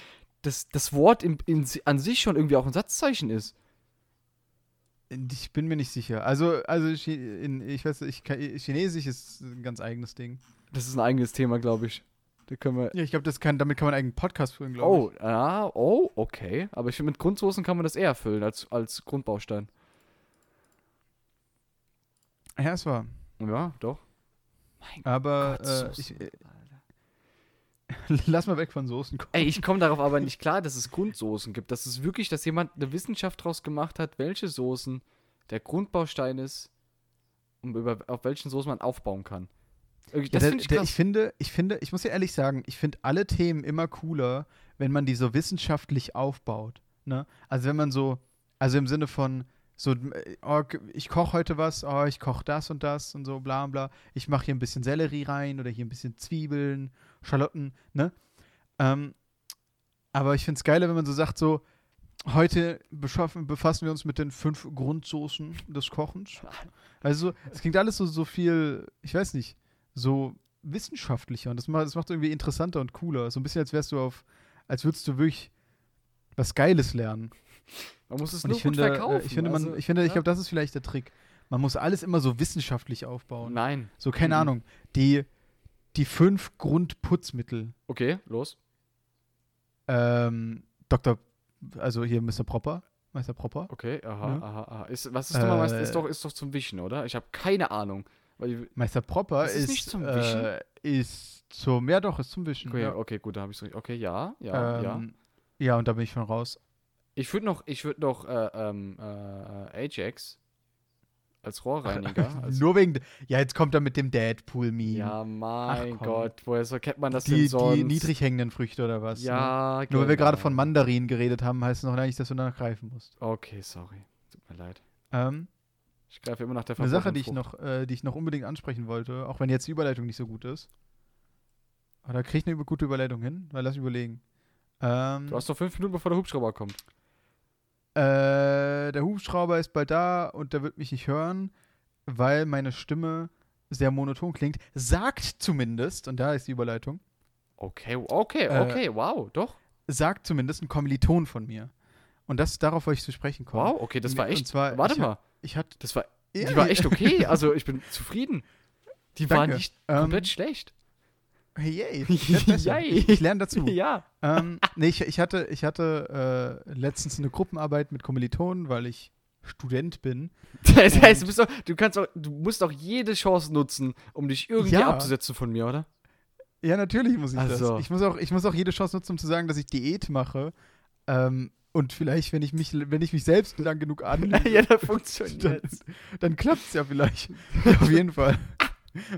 B: dass das Wort im, in, an sich schon irgendwie auch ein Satzzeichen ist.
A: Ich bin mir nicht sicher. Also, also Chi- in, ich weiß, ich, kann- Chinesisch ist ein ganz eigenes Ding.
B: Das ist ein eigenes Thema, glaube ich. Da können wir.
A: Ja, ich glaube, das kann, damit kann man einen eigenen Podcast führen, glaube ich.
B: Oh, ah, oh, okay. Aber ich finde, mit Grundsoßen kann man das eher füllen als, als Grundbaustein.
A: Ja, es war.
B: Ja, doch.
A: Aber
B: Gott,
A: äh,
B: Soßen,
A: ich,
B: Alter.
A: lass mal weg von Soßen kommen.
B: Ey, ich komme darauf aber nicht klar, dass es Grundsoßen gibt. Das ist wirklich, dass jemand eine Wissenschaft draus gemacht hat, welche Soßen der Grundbaustein ist, um über, auf welchen Soßen man aufbauen kann. Irgendwie-
A: Ja,
B: Das
A: der,
B: finde ich
A: der, ich
B: krass.
A: finde, ich finde, ich muss dir ehrlich sagen, ich finde alle Themen immer cooler, wenn man die so wissenschaftlich aufbaut. Ne? Also wenn man so, also im Sinne von so, äh, oh, g- ich koche heute was, oh, ich koche das und das und so, bla bla. Ich mache hier ein bisschen Sellerie rein oder hier ein bisschen Zwiebeln, Schalotten, ne? Ähm, aber ich finde es geiler, wenn man so sagt, so, heute beschaffen, befassen wir uns mit den fünf Grundsoßen des Kochens. Also, es klingt alles so, so viel, ich weiß nicht, so wissenschaftlicher und das macht, das macht irgendwie interessanter und cooler. So ein bisschen, als wärst du auf, als würdest du wirklich was Geiles lernen.
B: Man muss es
A: Und
B: nur
A: ich
B: gut
A: finde, äh,
B: verkaufen.
A: ich finde, man,
B: also,
A: ich finde, ich
B: ja.
A: glaube, das ist vielleicht der Trick. Man muss alles immer so wissenschaftlich aufbauen.
B: Nein.
A: So, keine
B: Mhm.
A: Ahnung, die, die fünf Grundputzmittel.
B: Okay, los.
A: Ähm, Dr., also hier Mr. Propper, Meister Propper.
B: Okay, aha,
A: Ja.
B: aha, aha. Ist, was ist, nochmal, was- ist,
A: Äh,
B: doch, ist doch zum Wischen, oder? Ich habe keine Ahnung. Weil ich,
A: Meister Propper
B: Ist
A: ist,
B: es nicht zum
A: äh, ist zum, ja doch, ist zum Wischen.
B: okay,
A: ja.
B: okay, gut, da habe ich es richtig. Okay, ja, ja, ja.
A: Ähm, ja, und da bin ich schon raus.
B: Ich würde noch, ich würde noch äh, ähm, äh, Ajax als Rohrreiniger. als,
A: Nur wegen, ja, jetzt kommt er mit dem Deadpool-Meme.
B: Also ja, mein
A: komm.
B: Gott, woher so kennt man das
A: die,
B: denn sonst?
A: die niedrig hängenden Früchte oder was. Ne?
B: ja,
A: Nur weil wir gerade
B: genau.
A: von Mandarinen geredet haben, heißt es noch lange nicht, dass du danach greifen musst.
B: Okay, sorry. Tut mir leid.
A: Ähm,
B: Ich greife immer nach der
A: eine Sache, die ich,
B: verbotenen
A: noch, äh, die ich noch unbedingt ansprechen wollte, auch wenn jetzt die Überleitung nicht so gut ist. Aber da kriege ich eine über- gute Überleitung hin, weil lass mich überlegen. Ähm,
B: Frucht. Du hast noch fünf Minuten, bevor der Hubschrauber kommt.
A: Äh, der Hubschrauber ist bald da und der wird mich nicht hören, weil meine Stimme sehr monoton klingt. Sagt zumindest, und da ist die Überleitung,
B: Okay, okay,
A: Äh,
B: okay, wow, doch.
A: sagt zumindest ein Kommiliton von mir. Und das darauf wollte ich zu sprechen kommen.
B: Wow, okay, das war
A: Und
B: echt.
A: zwar,
B: Warte
A: ich
B: mal,
A: Ich hatte.
B: das war,
A: Ja,
B: die war
A: ja.
B: echt okay. Also ich bin zufrieden. Die war
A: Danke.
B: nicht
A: Ähm,
B: komplett schlecht.
A: Hey, yay. werd besser.
B: Yay.
A: Ich, ich lerne dazu.
B: Ja.
A: ähm, nee, ich, ich hatte, ich hatte äh, letztens eine Gruppenarbeit mit Kommilitonen, weil ich Student bin.
B: Das heißt, du, bist doch, du kannst auch, du musst auch jede Chance nutzen, um dich irgendwie
A: Ja.
B: abzusetzen von mir, oder?
A: Ja, natürlich muss ich
B: Also.
A: das. Ich muss, auch, ich muss auch jede Chance nutzen, um zu sagen, dass ich Diät mache. Ähm, und vielleicht, wenn ich mich, wenn ich mich selbst lang genug an,
B: ja, da
A: dann,
B: funktioniert
A: dann klappt es ja vielleicht. Ja, auf jeden Fall.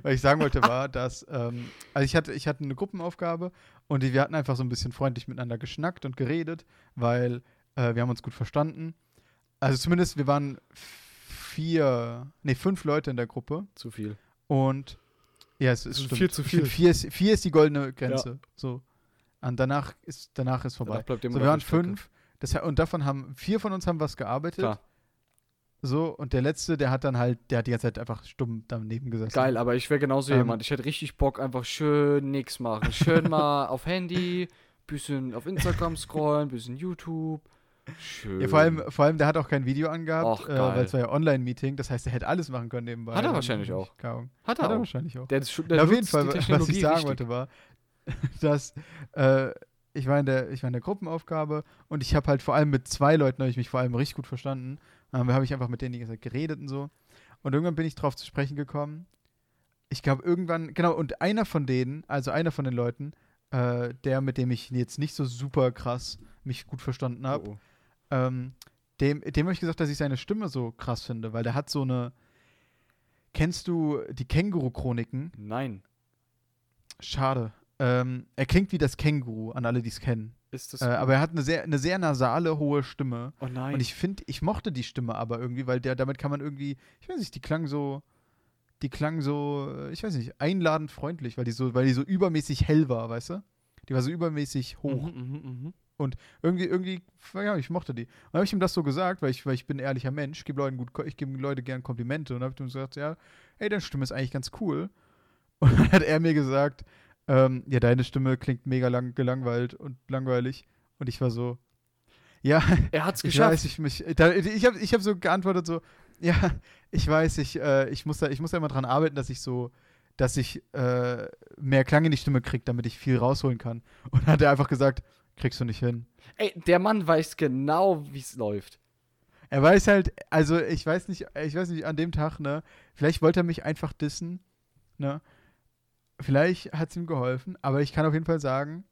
A: Was ich sagen wollte, war, dass ähm, also ich hatte, ich hatte eine Gruppenaufgabe und die- wir hatten einfach so ein bisschen freundlich miteinander geschnackt und geredet, weil äh, wir haben uns gut verstanden. Also zumindest, wir waren vier, nee, fünf Leute in der Gruppe.
B: Zu viel.
A: Und ja, es ist
B: ist
A: stimmt.
B: viel Also zu viel.
A: Vier ist, vier ist die goldene Grenze. So. Und danach ist, danach ist vorbei.
B: Danach bleibt immer
A: so,
B: noch
A: wir waren
B: eine Strecke.
A: fünf. Das, und davon haben vier von uns haben was gearbeitet.
B: Klar.
A: So, und der letzte, der hat dann halt, der hat die ganze Zeit einfach stumm daneben gesessen.
B: Geil, aber ich wäre genauso
A: Ähm,
B: jemand. Ich hätte richtig Bock, einfach schön nix machen. Schön mal auf Handy, bisschen auf Instagram scrollen, bisschen YouTube. Schön.
A: Ja, vor, allem, vor allem, der hat auch kein Video angehabt,
B: Och,
A: äh,
B: geil.
A: weil es war ja Online-Meeting. Das heißt, er hätte alles machen können nebenbei.
B: Hat er
A: Dann-
B: wahrscheinlich auch.
A: Keine Ahnung. Hat
B: Hat er
A: er
B: auch.
A: wahrscheinlich auch.
B: Der, der, der
A: Ja, auf jeden
B: nutzt
A: Fall,
B: die
A: was
B: Technologie
A: ich sagen
B: richtig.
A: wollte, war, dass äh, ich, war in der, ich war in der Gruppenaufgabe und ich habe halt vor allem mit zwei Leuten, habe ich mich vor allem richtig gut verstanden. Ähm, habe ich einfach mit denen die ganze Zeit geredet und so. Und irgendwann bin ich drauf zu sprechen gekommen. Ich glaube, irgendwann, genau, und einer von denen, also einer von den Leuten, äh, der, mit dem ich jetzt nicht so super krass mich gut verstanden habe,
B: Oh, oh.
A: ähm, dem, dem habe ich gesagt, dass ich seine Stimme so krass finde, weil der hat so eine. Kennst du die Känguru-Chroniken?
B: Nein.
A: Schade. Ähm, er klingt wie das Känguru, an alle, die es kennen.
B: Ist das.
A: Äh, aber er hat eine sehr, eine sehr nasale, hohe Stimme.
B: oh nein.
A: Und ich finde, ich mochte die Stimme aber irgendwie, weil der, damit kann man irgendwie, ich weiß nicht, die klang so, die klang so, äh, ich weiß nicht, einladend freundlich, weil die so, weil die so übermäßig hell war, weißt du? Die war so übermäßig hoch.
B: Mhm, mhm, mhm.
A: Irgendwie, irgendwie, ja, ich mochte die. Und dann habe ich ihm das so gesagt, weil ich, weil ich bin ein ehrlicher Mensch, gebe Leuten gut, ich gebe Leute gern Komplimente. Und dann habe ich ihm gesagt, ja, hey, deine Stimme ist eigentlich ganz cool. Und dann hat er mir gesagt, ähm, ja, deine Stimme klingt mega lang, gelangweilt und langweilig. Und ich war so, ja,
B: Er hat's
A: ich
B: geschafft.
A: weiß, ich mich, da, ich habe ich hab so geantwortet so, ja, ich weiß, ich, äh, ich muss da, ich muss da immer dran arbeiten, dass ich so, dass ich äh, mehr Klang in die Stimme kriege, damit ich viel rausholen kann. Und dann hat er einfach gesagt, kriegst du nicht hin.
B: Ey, der Mann weiß genau, wie es läuft.
A: Er weiß halt, also ich weiß nicht, ich weiß nicht, an dem Tag, ne, vielleicht wollte er mich einfach dissen, ne? Vielleicht hat es ihm geholfen, aber ich kann auf jeden Fall sagen,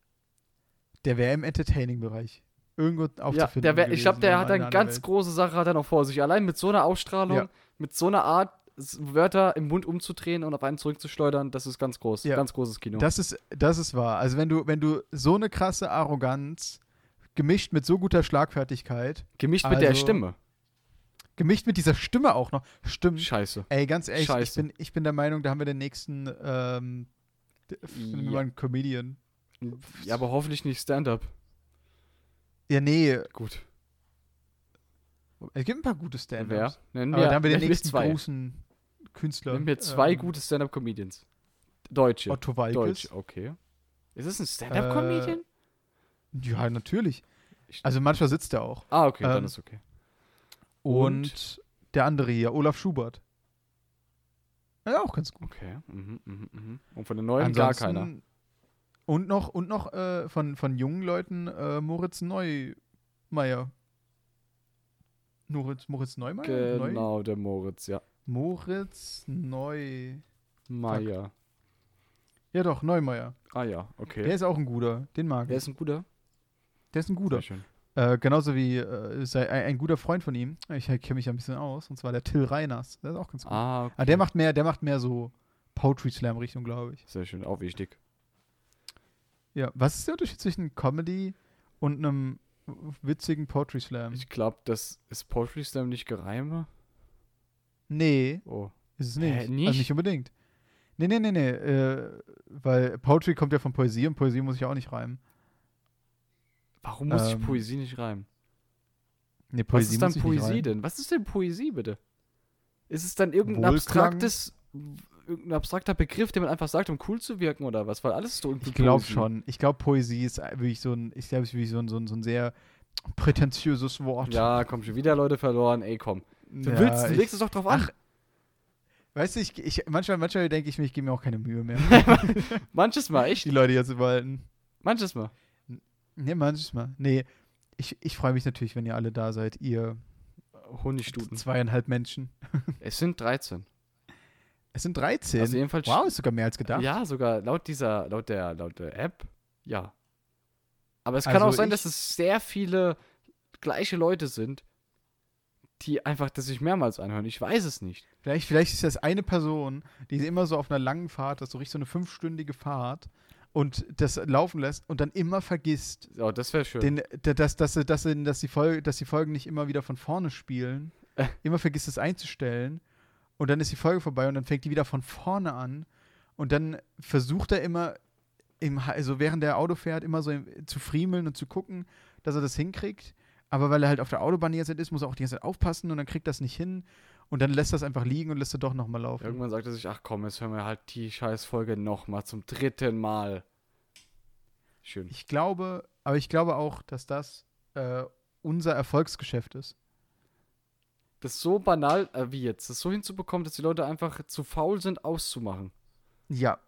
A: der wäre im Entertaining-Bereich. Irgendwo
B: Ja,
A: aufzufinden.
B: der wär, ich
A: gewesen
B: glaube, der
A: in
B: hat eine
A: meiner
B: ganz
A: Welt.
B: große Sache hat er noch vor sich. Allein mit so einer Ausstrahlung,
A: Ja.
B: mit so einer Art, s- Wörter im Mund umzudrehen und auf einen zurückzuschleudern, das ist ganz groß.
A: Ja.
B: Ganz großes Kino.
A: Das ist, das ist wahr. Also wenn du, wenn du so eine krasse Arroganz gemischt mit so guter Schlagfertigkeit,
B: Gemischt mit der
A: also-
B: Stimme.
A: gemischt mit dieser Stimme auch noch, stimmt.
B: Scheiße.
A: Ey, ganz ehrlich, ich
B: Scheiße.
A: bin, ich bin der Meinung, da haben wir den nächsten, ähm, d- nehmen wir
B: Ja.
A: mal einen Comedian.
B: Ja, aber hoffentlich nicht Stand-up.
A: Ja, nee,
B: Gut.
A: es gibt ein paar gute
B: Wer?
A: Stand-Ups.
B: Nennen
A: Aber
B: wir,
A: da haben wir den
B: nennen
A: nächsten
B: zwei.
A: großen Künstler.
B: Nennen wir zwei
A: ähm,
B: gute Stand-up-Comedians. Deutsche.
A: Otto Walkes. Äh,
B: Deutsch, okay. Ist es ein Stand-up-Comedian?
A: Ja, natürlich.
B: Ich-
A: Also manchmal sitzt er auch.
B: ah, okay, dann
A: ähm,
B: ist okay.
A: Und,
B: Und?
A: der andere hier, Olaf Schubert. Ja, auch ganz gut.
B: Okay. Mhm, mhm, mhm. Und von den neuen gar keiner.
A: Ansonsten- Und noch, und noch äh, von, von jungen Leuten äh, Moritz Neumeier. Moritz, Moritz Neumeier? Neu?
B: Genau, der Moritz, ja.
A: Moritz Neu.
B: Meier.
A: Ja doch, Neumeier.
B: Ah ja, okay.
A: Der ist auch ein guter. Den mag
B: Wer
A: ich.
B: ist ein guter?
A: Der ist ein
B: Sehr
A: guter.
B: schön.
A: Äh, genauso wie äh, sei, ein, ein guter Freund von ihm. Ich kenne mich ja ein bisschen aus. Und zwar der Till Reiners. Der ist auch ganz gut.
B: Ah, okay.
A: Ah, der macht mehr, der macht mehr so Poetry Slam Richtung, glaube ich.
B: Sehr schön, auch wichtig.
A: Ja, was ist der Unterschied zwischen Comedy und einem witzigen Poetry Slam?
B: Ich glaube, das ist Poetry Slam nicht Gereime.
A: nee,
B: Oh.
A: ist es nicht.
B: Hä, nicht?
A: Also nicht unbedingt. Nee, nee, nee, nee. Äh, weil Poetry kommt ja von Poesie und Poesie muss ich auch nicht reimen.
B: Warum muss
A: Ähm,
B: ich Poesie nicht reimen?
A: Nee,
B: Was ist dann
A: muss ich nicht reimen.
B: Poesie denn? Was ist denn Poesie, bitte? Ist es dann irgendein
A: Wohlklang?
B: abstraktes, irgendein abstrakter Begriff, den man einfach sagt, um cool zu wirken oder was? Weil alles ist doch irgendwie
A: Ich glaube
B: Poesie.
A: schon. Ich glaube, Poesie ist äh, wirklich so ein, ich glaube, es ist wirklich so ein, so ein, so ein sehr prätentiöses Wort.
B: Ja, komm schon wieder Leute verloren. Ey, komm. Du
A: Ja,
B: willst, du
A: ich-
B: legst es doch drauf an.
A: Weißt du, ich, ich, manchmal, manchmal denke ich mir, ich gebe mir auch keine Mühe mehr, um
B: Manches Mal, echt.
A: die Leute jetzt zu behalten.
B: Manches Mal.
A: Nee, manchmal. Nee, ich, ich freue mich natürlich, wenn ihr alle da seid, ihr
B: Honigstuten.
A: zweieinhalb Menschen.
B: Es sind 13.
A: Es sind 13.
B: Also jedenfalls.
A: wow, ist sogar mehr als gedacht.
B: Ja, sogar laut dieser, laut der, laut der App, ja. Aber es kann
A: Also
B: auch sein,
A: ich-
B: dass es sehr viele gleiche Leute sind, die einfach das sich mehrmals anhören. Ich weiß es nicht.
A: Vielleicht, vielleicht ist das eine Person, die sie immer so auf einer langen Fahrt, das ist so richtig so eine fünfstündige Fahrt und das laufen lässt und dann immer vergisst,
B: Oh, das wäre schön.
A: den, da- dass, dass, sie- dass, sie- dass, die Folge, dass die Folgen nicht immer wieder von vorne spielen.
B: Äh.
A: Immer vergisst es einzustellen. Und dann ist die Folge vorbei und dann fängt die wieder von vorne an. Und dann versucht er immer, im, Ha- also während er Auto fährt, immer so im, zu friemeln und zu gucken, dass er das hinkriegt. Aber weil er halt auf der Autobahn die ganze Zeit ist, muss er auch die ganze Zeit aufpassen und dann kriegt er das nicht hin. Und dann lässt er es einfach liegen und lässt er doch nochmal laufen.
B: Irgendwann sagt er sich, ach komm, jetzt hören wir halt die Scheißfolge nochmal zum dritten Mal. Schön.
A: Ich glaube, aber ich glaube auch, dass das äh, unser Erfolgsgeschäft ist.
B: Das ist so banal äh, wie jetzt. Das so hinzubekommen, dass die Leute einfach zu faul sind, auszumachen.
A: Ja,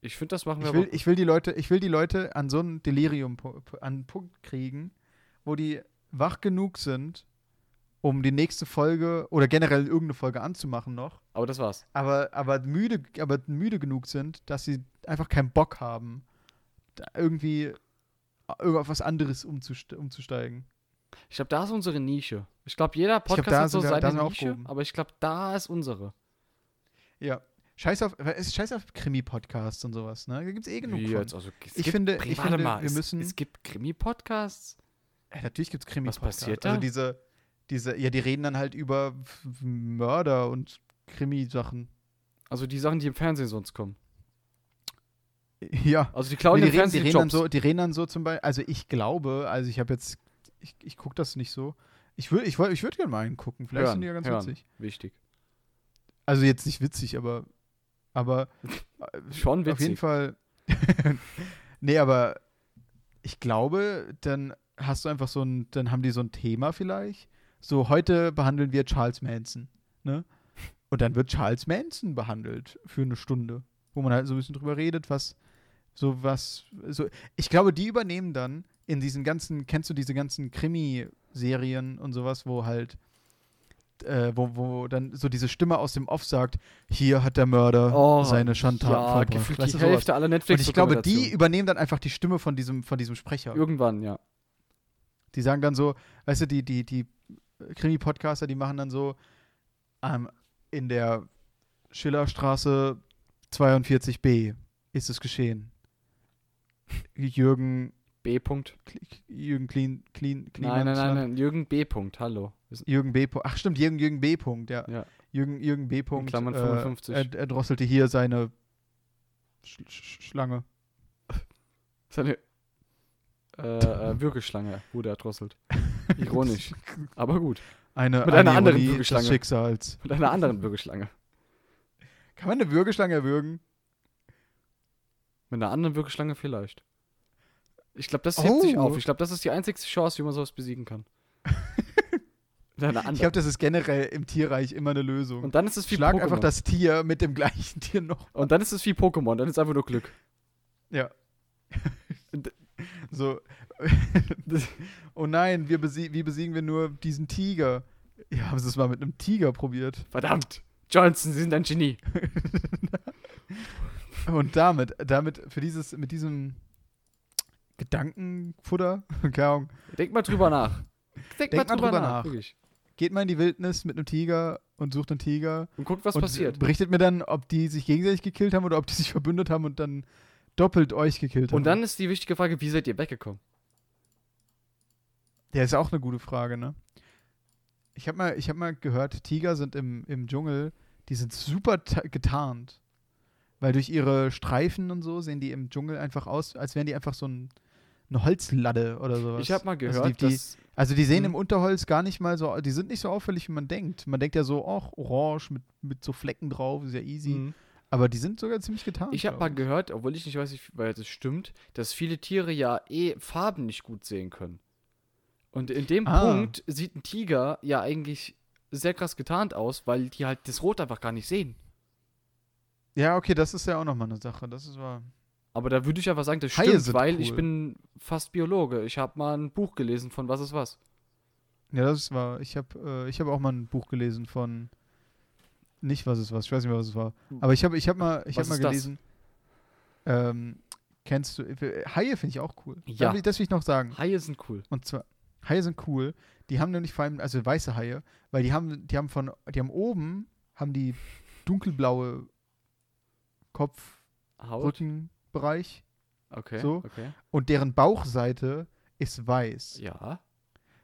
B: Ich finde, das machen wir
A: Ich will,
B: aber.
A: ich will die Leute, ich will die Leute an so ein Delirium pu- pu- an einen Punkt kriegen, wo die wach genug sind, um die nächste Folge oder generell irgendeine Folge anzumachen noch,
B: Aber das war's.
A: aber, aber müde, aber müde genug sind, dass sie einfach keinen Bock haben, da irgendwie auf was anderes umzuste umzusteigen.
B: Ich glaube, da ist unsere Nische. Ich glaube, jeder
A: glaub,
B: Podcast
A: da
B: hat so
A: sind wir- da
B: seine
A: sind wir
B: Nische,
A: aufgehoben.
B: aber ich glaube, da ist unsere.
A: Ja. Scheiß auf, es ist scheiß auf Krimi-Podcasts und sowas, ne? Da gibt's eh genug
B: Wie
A: von.
B: jetzt? Also, es
A: Ich
B: gibt
A: finde- ich
B: Pri-
A: finde, wir
B: es,
A: müssen-
B: Es gibt Krimi-Podcasts.
A: Ja, natürlich gibt es Krimi-Podcasts.
B: Was passiert da?
A: Also diese, diese, ja, die reden dann halt über F- F- Mörder und Krimi-Sachen.
B: Also die Sachen, die im Fernsehen sonst kommen.
A: Ja.
B: Also die klauen
A: Nee,
B: im
A: die, reden, die,
B: Fernsehen
A: reden dann
B: Jobs.
A: so, die reden dann so zum Beispiel, also ich glaube, also ich habe jetzt, ich, ich gucke das nicht so. Ich würde ich, woll- ich würd gerne mal einen gucken, vielleicht sind die ja ganz
B: hören.
A: witzig.
B: Wichtig.
A: Also jetzt nicht witzig, aber, aber äh,
B: Schon
A: auf jeden
B: witzig.
A: Fall. nee, aber ich glaube, dann hast du einfach so ein, dann haben die so ein Thema vielleicht. So, heute behandeln wir Charles Manson, ne? Und dann wird Charles Manson behandelt für eine Stunde, wo man halt so ein bisschen drüber redet, was so was so ich glaube, die übernehmen dann in diesen ganzen, kennst du diese ganzen Krimi Serien und sowas, wo halt äh, wo, wo dann so diese Stimme aus dem Off sagt, hier hat der
B: Oh,
A: Mörder seine Schandtaten
B: ja,
A: vollbracht.
B: gefühlt
A: Weißt
B: die
A: du, sowas.
B: Hälfte aller
A: Und
B: netflix
A: ich glaube, die übernehmen dann einfach die Stimme von diesem, von diesem Sprecher.
B: Irgendwann, ja.
A: Die sagen dann so, weißt du, die, die, die Krimi-Podcaster, die machen dann so ähm, in der Schillerstraße 42b ist es geschehen. Jürgen,
B: B. -Punkt.
A: Kli- Jürgen Clean, Clean,
B: Nein,
A: Clean
B: nein, nein, nein. Jürgen B. -Punkt. Hallo. Wir sind-
A: Jürgen B. Punkt. Ach stimmt, Jürgen, Jürgen B. Punkt, ja.
B: Ja.
A: Jürgen, Jürgen B.
B: In
A: Punkt.
B: Klammern
A: äh,
B: 55.
A: er, er drosselte hier seine Sch Sch Schlange.
B: Seine äh, äh, Würgeschlange wurde erdrosselt. Ironisch. aber gut.
A: Eine,
B: Mit einer
A: eine
B: anderen
A: Ironie
B: Würgeschlange.
A: des Schicksals.
B: Mit einer anderen Würgeschlange.
A: Kann man eine Würgeschlange erwürgen?
B: Mit einer anderen Würgeschlange vielleicht. Ich glaube, das hebt sich
A: Oh.
B: auf. Ich glaube, das ist die einzigste Chance, wie man sowas besiegen kann. Mit einer
A: Ich
B: anderen.
A: glaube, das ist generell im Tierreich immer eine Lösung.
B: Und dann ist es wie
A: Schlag
B: Pokémon.
A: einfach das Tier mit dem gleichen Tier noch.
B: Und dann ist es wie Pokémon, dann ist einfach nur Glück.
A: Ja.
B: D-
A: so. oh nein, wir besie wie besiegen wir nur diesen Tiger? Ja, haben sie es mal mit einem Tiger probiert.
B: Verdammt. Johnson, Sie sind ein Genie.
A: Und damit, damit, für dieses, mit diesem Gedankenfutter, keine Ahnung,
B: Denk mal drüber nach.
A: Denk mal drüber nach.
B: wirklich.
A: geht mal in die Wildnis mit einem Tiger und sucht einen Tiger.
B: Und guckt, was
A: und
B: passiert.
A: Berichtet mir dann, ob die sich gegenseitig gekillt haben oder ob die sich verbündet haben und dann doppelt euch gekillt haben.
B: Und dann ist die wichtige Frage, wie seid ihr weggekommen?
A: Ja, ist auch eine gute Frage, ne? Ich habe mal, ich hab mal gehört, Tiger sind im, im Dschungel, die sind super ta- getarnt. Weil durch ihre Streifen und so sehen die im Dschungel einfach aus, als wären die einfach so ein, eine Holzladde oder sowas.
B: Ich habe mal gehört,
A: also die, die,
B: dass
A: also die sehen
B: Hm.
A: im Unterholz gar nicht mal so, die sind nicht so auffällig, wie man denkt. Man denkt ja so, ach, orange mit, mit so Flecken drauf, ist ja easy.
B: Mhm.
A: Aber die sind sogar ziemlich getarnt.
B: ich habe
A: glaub
B: mal gehört, obwohl ich nicht weiß, wie- weil das stimmt, dass viele Tiere ja eh Farben nicht gut sehen können. Und in dem
A: Ah.
B: Punkt sieht ein Tiger ja eigentlich sehr krass getarnt aus, weil die halt das Rot einfach gar nicht sehen.
A: Ja, okay, das ist ja auch nochmal eine Sache. Das ist wahr.
B: Aber da würde ich einfach sagen, das
A: Haie
B: stimmt,
A: sind
B: weil
A: cool.
B: ich bin fast Biologe. Ich habe mal ein Buch gelesen von Was ist was.
A: Ja, das war. Ich habe äh, ich hab auch mal ein Buch gelesen von. Nicht, was es war. Ich weiß nicht mehr, was es war. Aber ich habe ich hab mal, ich hab
B: Hm. Was
A: mal
B: ist das?
A: gelesen. Ähm, kennst du. äh, Haie finde ich auch cool.
B: Ja.
A: Da will ich- Das will ich noch sagen.
B: Haie sind cool.
A: Und zwar, Haie sind cool. Die haben nämlich vor allem, also weiße Haie, weil die haben, die haben von, die haben oben, haben die dunkelblaue Kopf,
B: Haut.
A: Rückenbereich
B: Okay.
A: So.
B: okay.
A: und deren Bauchseite ist weiß.
B: Ja.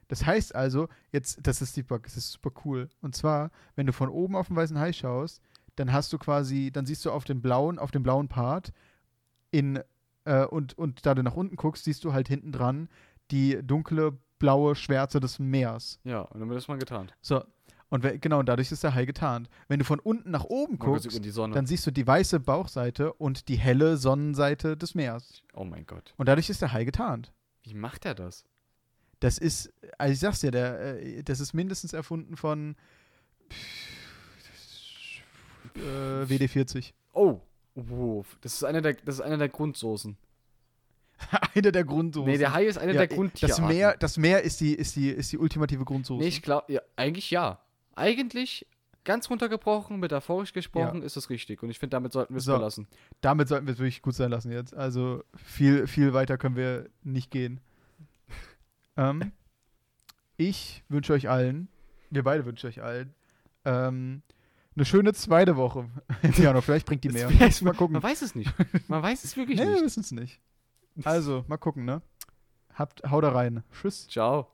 A: Das heißt also, jetzt, das ist super, das ist super cool. Und zwar, wenn du von oben auf den weißen Hai schaust, dann hast du quasi, dann siehst du auf dem blauen, auf dem blauen Part in äh, und, und da du nach unten guckst, siehst du halt hinten dran die dunkle blaue Schwärze des Meers.
B: Ja, und dann wird das mal getarnt.
A: So. Und we- genau, und dadurch ist der Hai getarnt. Wenn du von unten nach oben
B: Man guckt in
A: guckst,
B: die Sonne.
A: dann siehst du die weiße Bauchseite und die helle Sonnenseite des Meers.
B: oh mein Gott.
A: Und dadurch ist der Hai getarnt.
B: Wie macht er das?
A: Das ist, also ich sag's dir, der, äh, das ist mindestens erfunden von äh, WD40.
B: Oh. Oh, das ist einer der, das ist einer der Grundsoßen.
A: eine der Grundsoßen.
B: Nee, der Hai ist einer
A: Ja,
B: der
A: äh,
B: Grundtierarten.
A: Das Meer, das Meer ist, die, ist, die, ist die ultimative Grundsoße.
B: Nee, ich glaube, ja, eigentlich ja. Eigentlich, ganz runtergebrochen, metaphorisch gesprochen, ist das richtig. Und ich finde, damit sollten wir es
A: So.
B: belassen.
A: Damit sollten wir es wirklich gut sein lassen jetzt. Also viel, viel weiter können wir nicht gehen. ähm, ich wünsche euch allen, wir beide wünschen euch allen, ähm, eine schöne zweite Woche. Jano, vielleicht bringt die
B: Es
A: mehr.
B: wär's-
A: Mal gucken.
B: Man weiß es nicht. Man weiß es wirklich
A: Hm. Nee, wir
B: nicht.
A: wissen es nicht. Also, mal gucken, ne? Habt, hau da rein. Tschüss.
B: Ciao.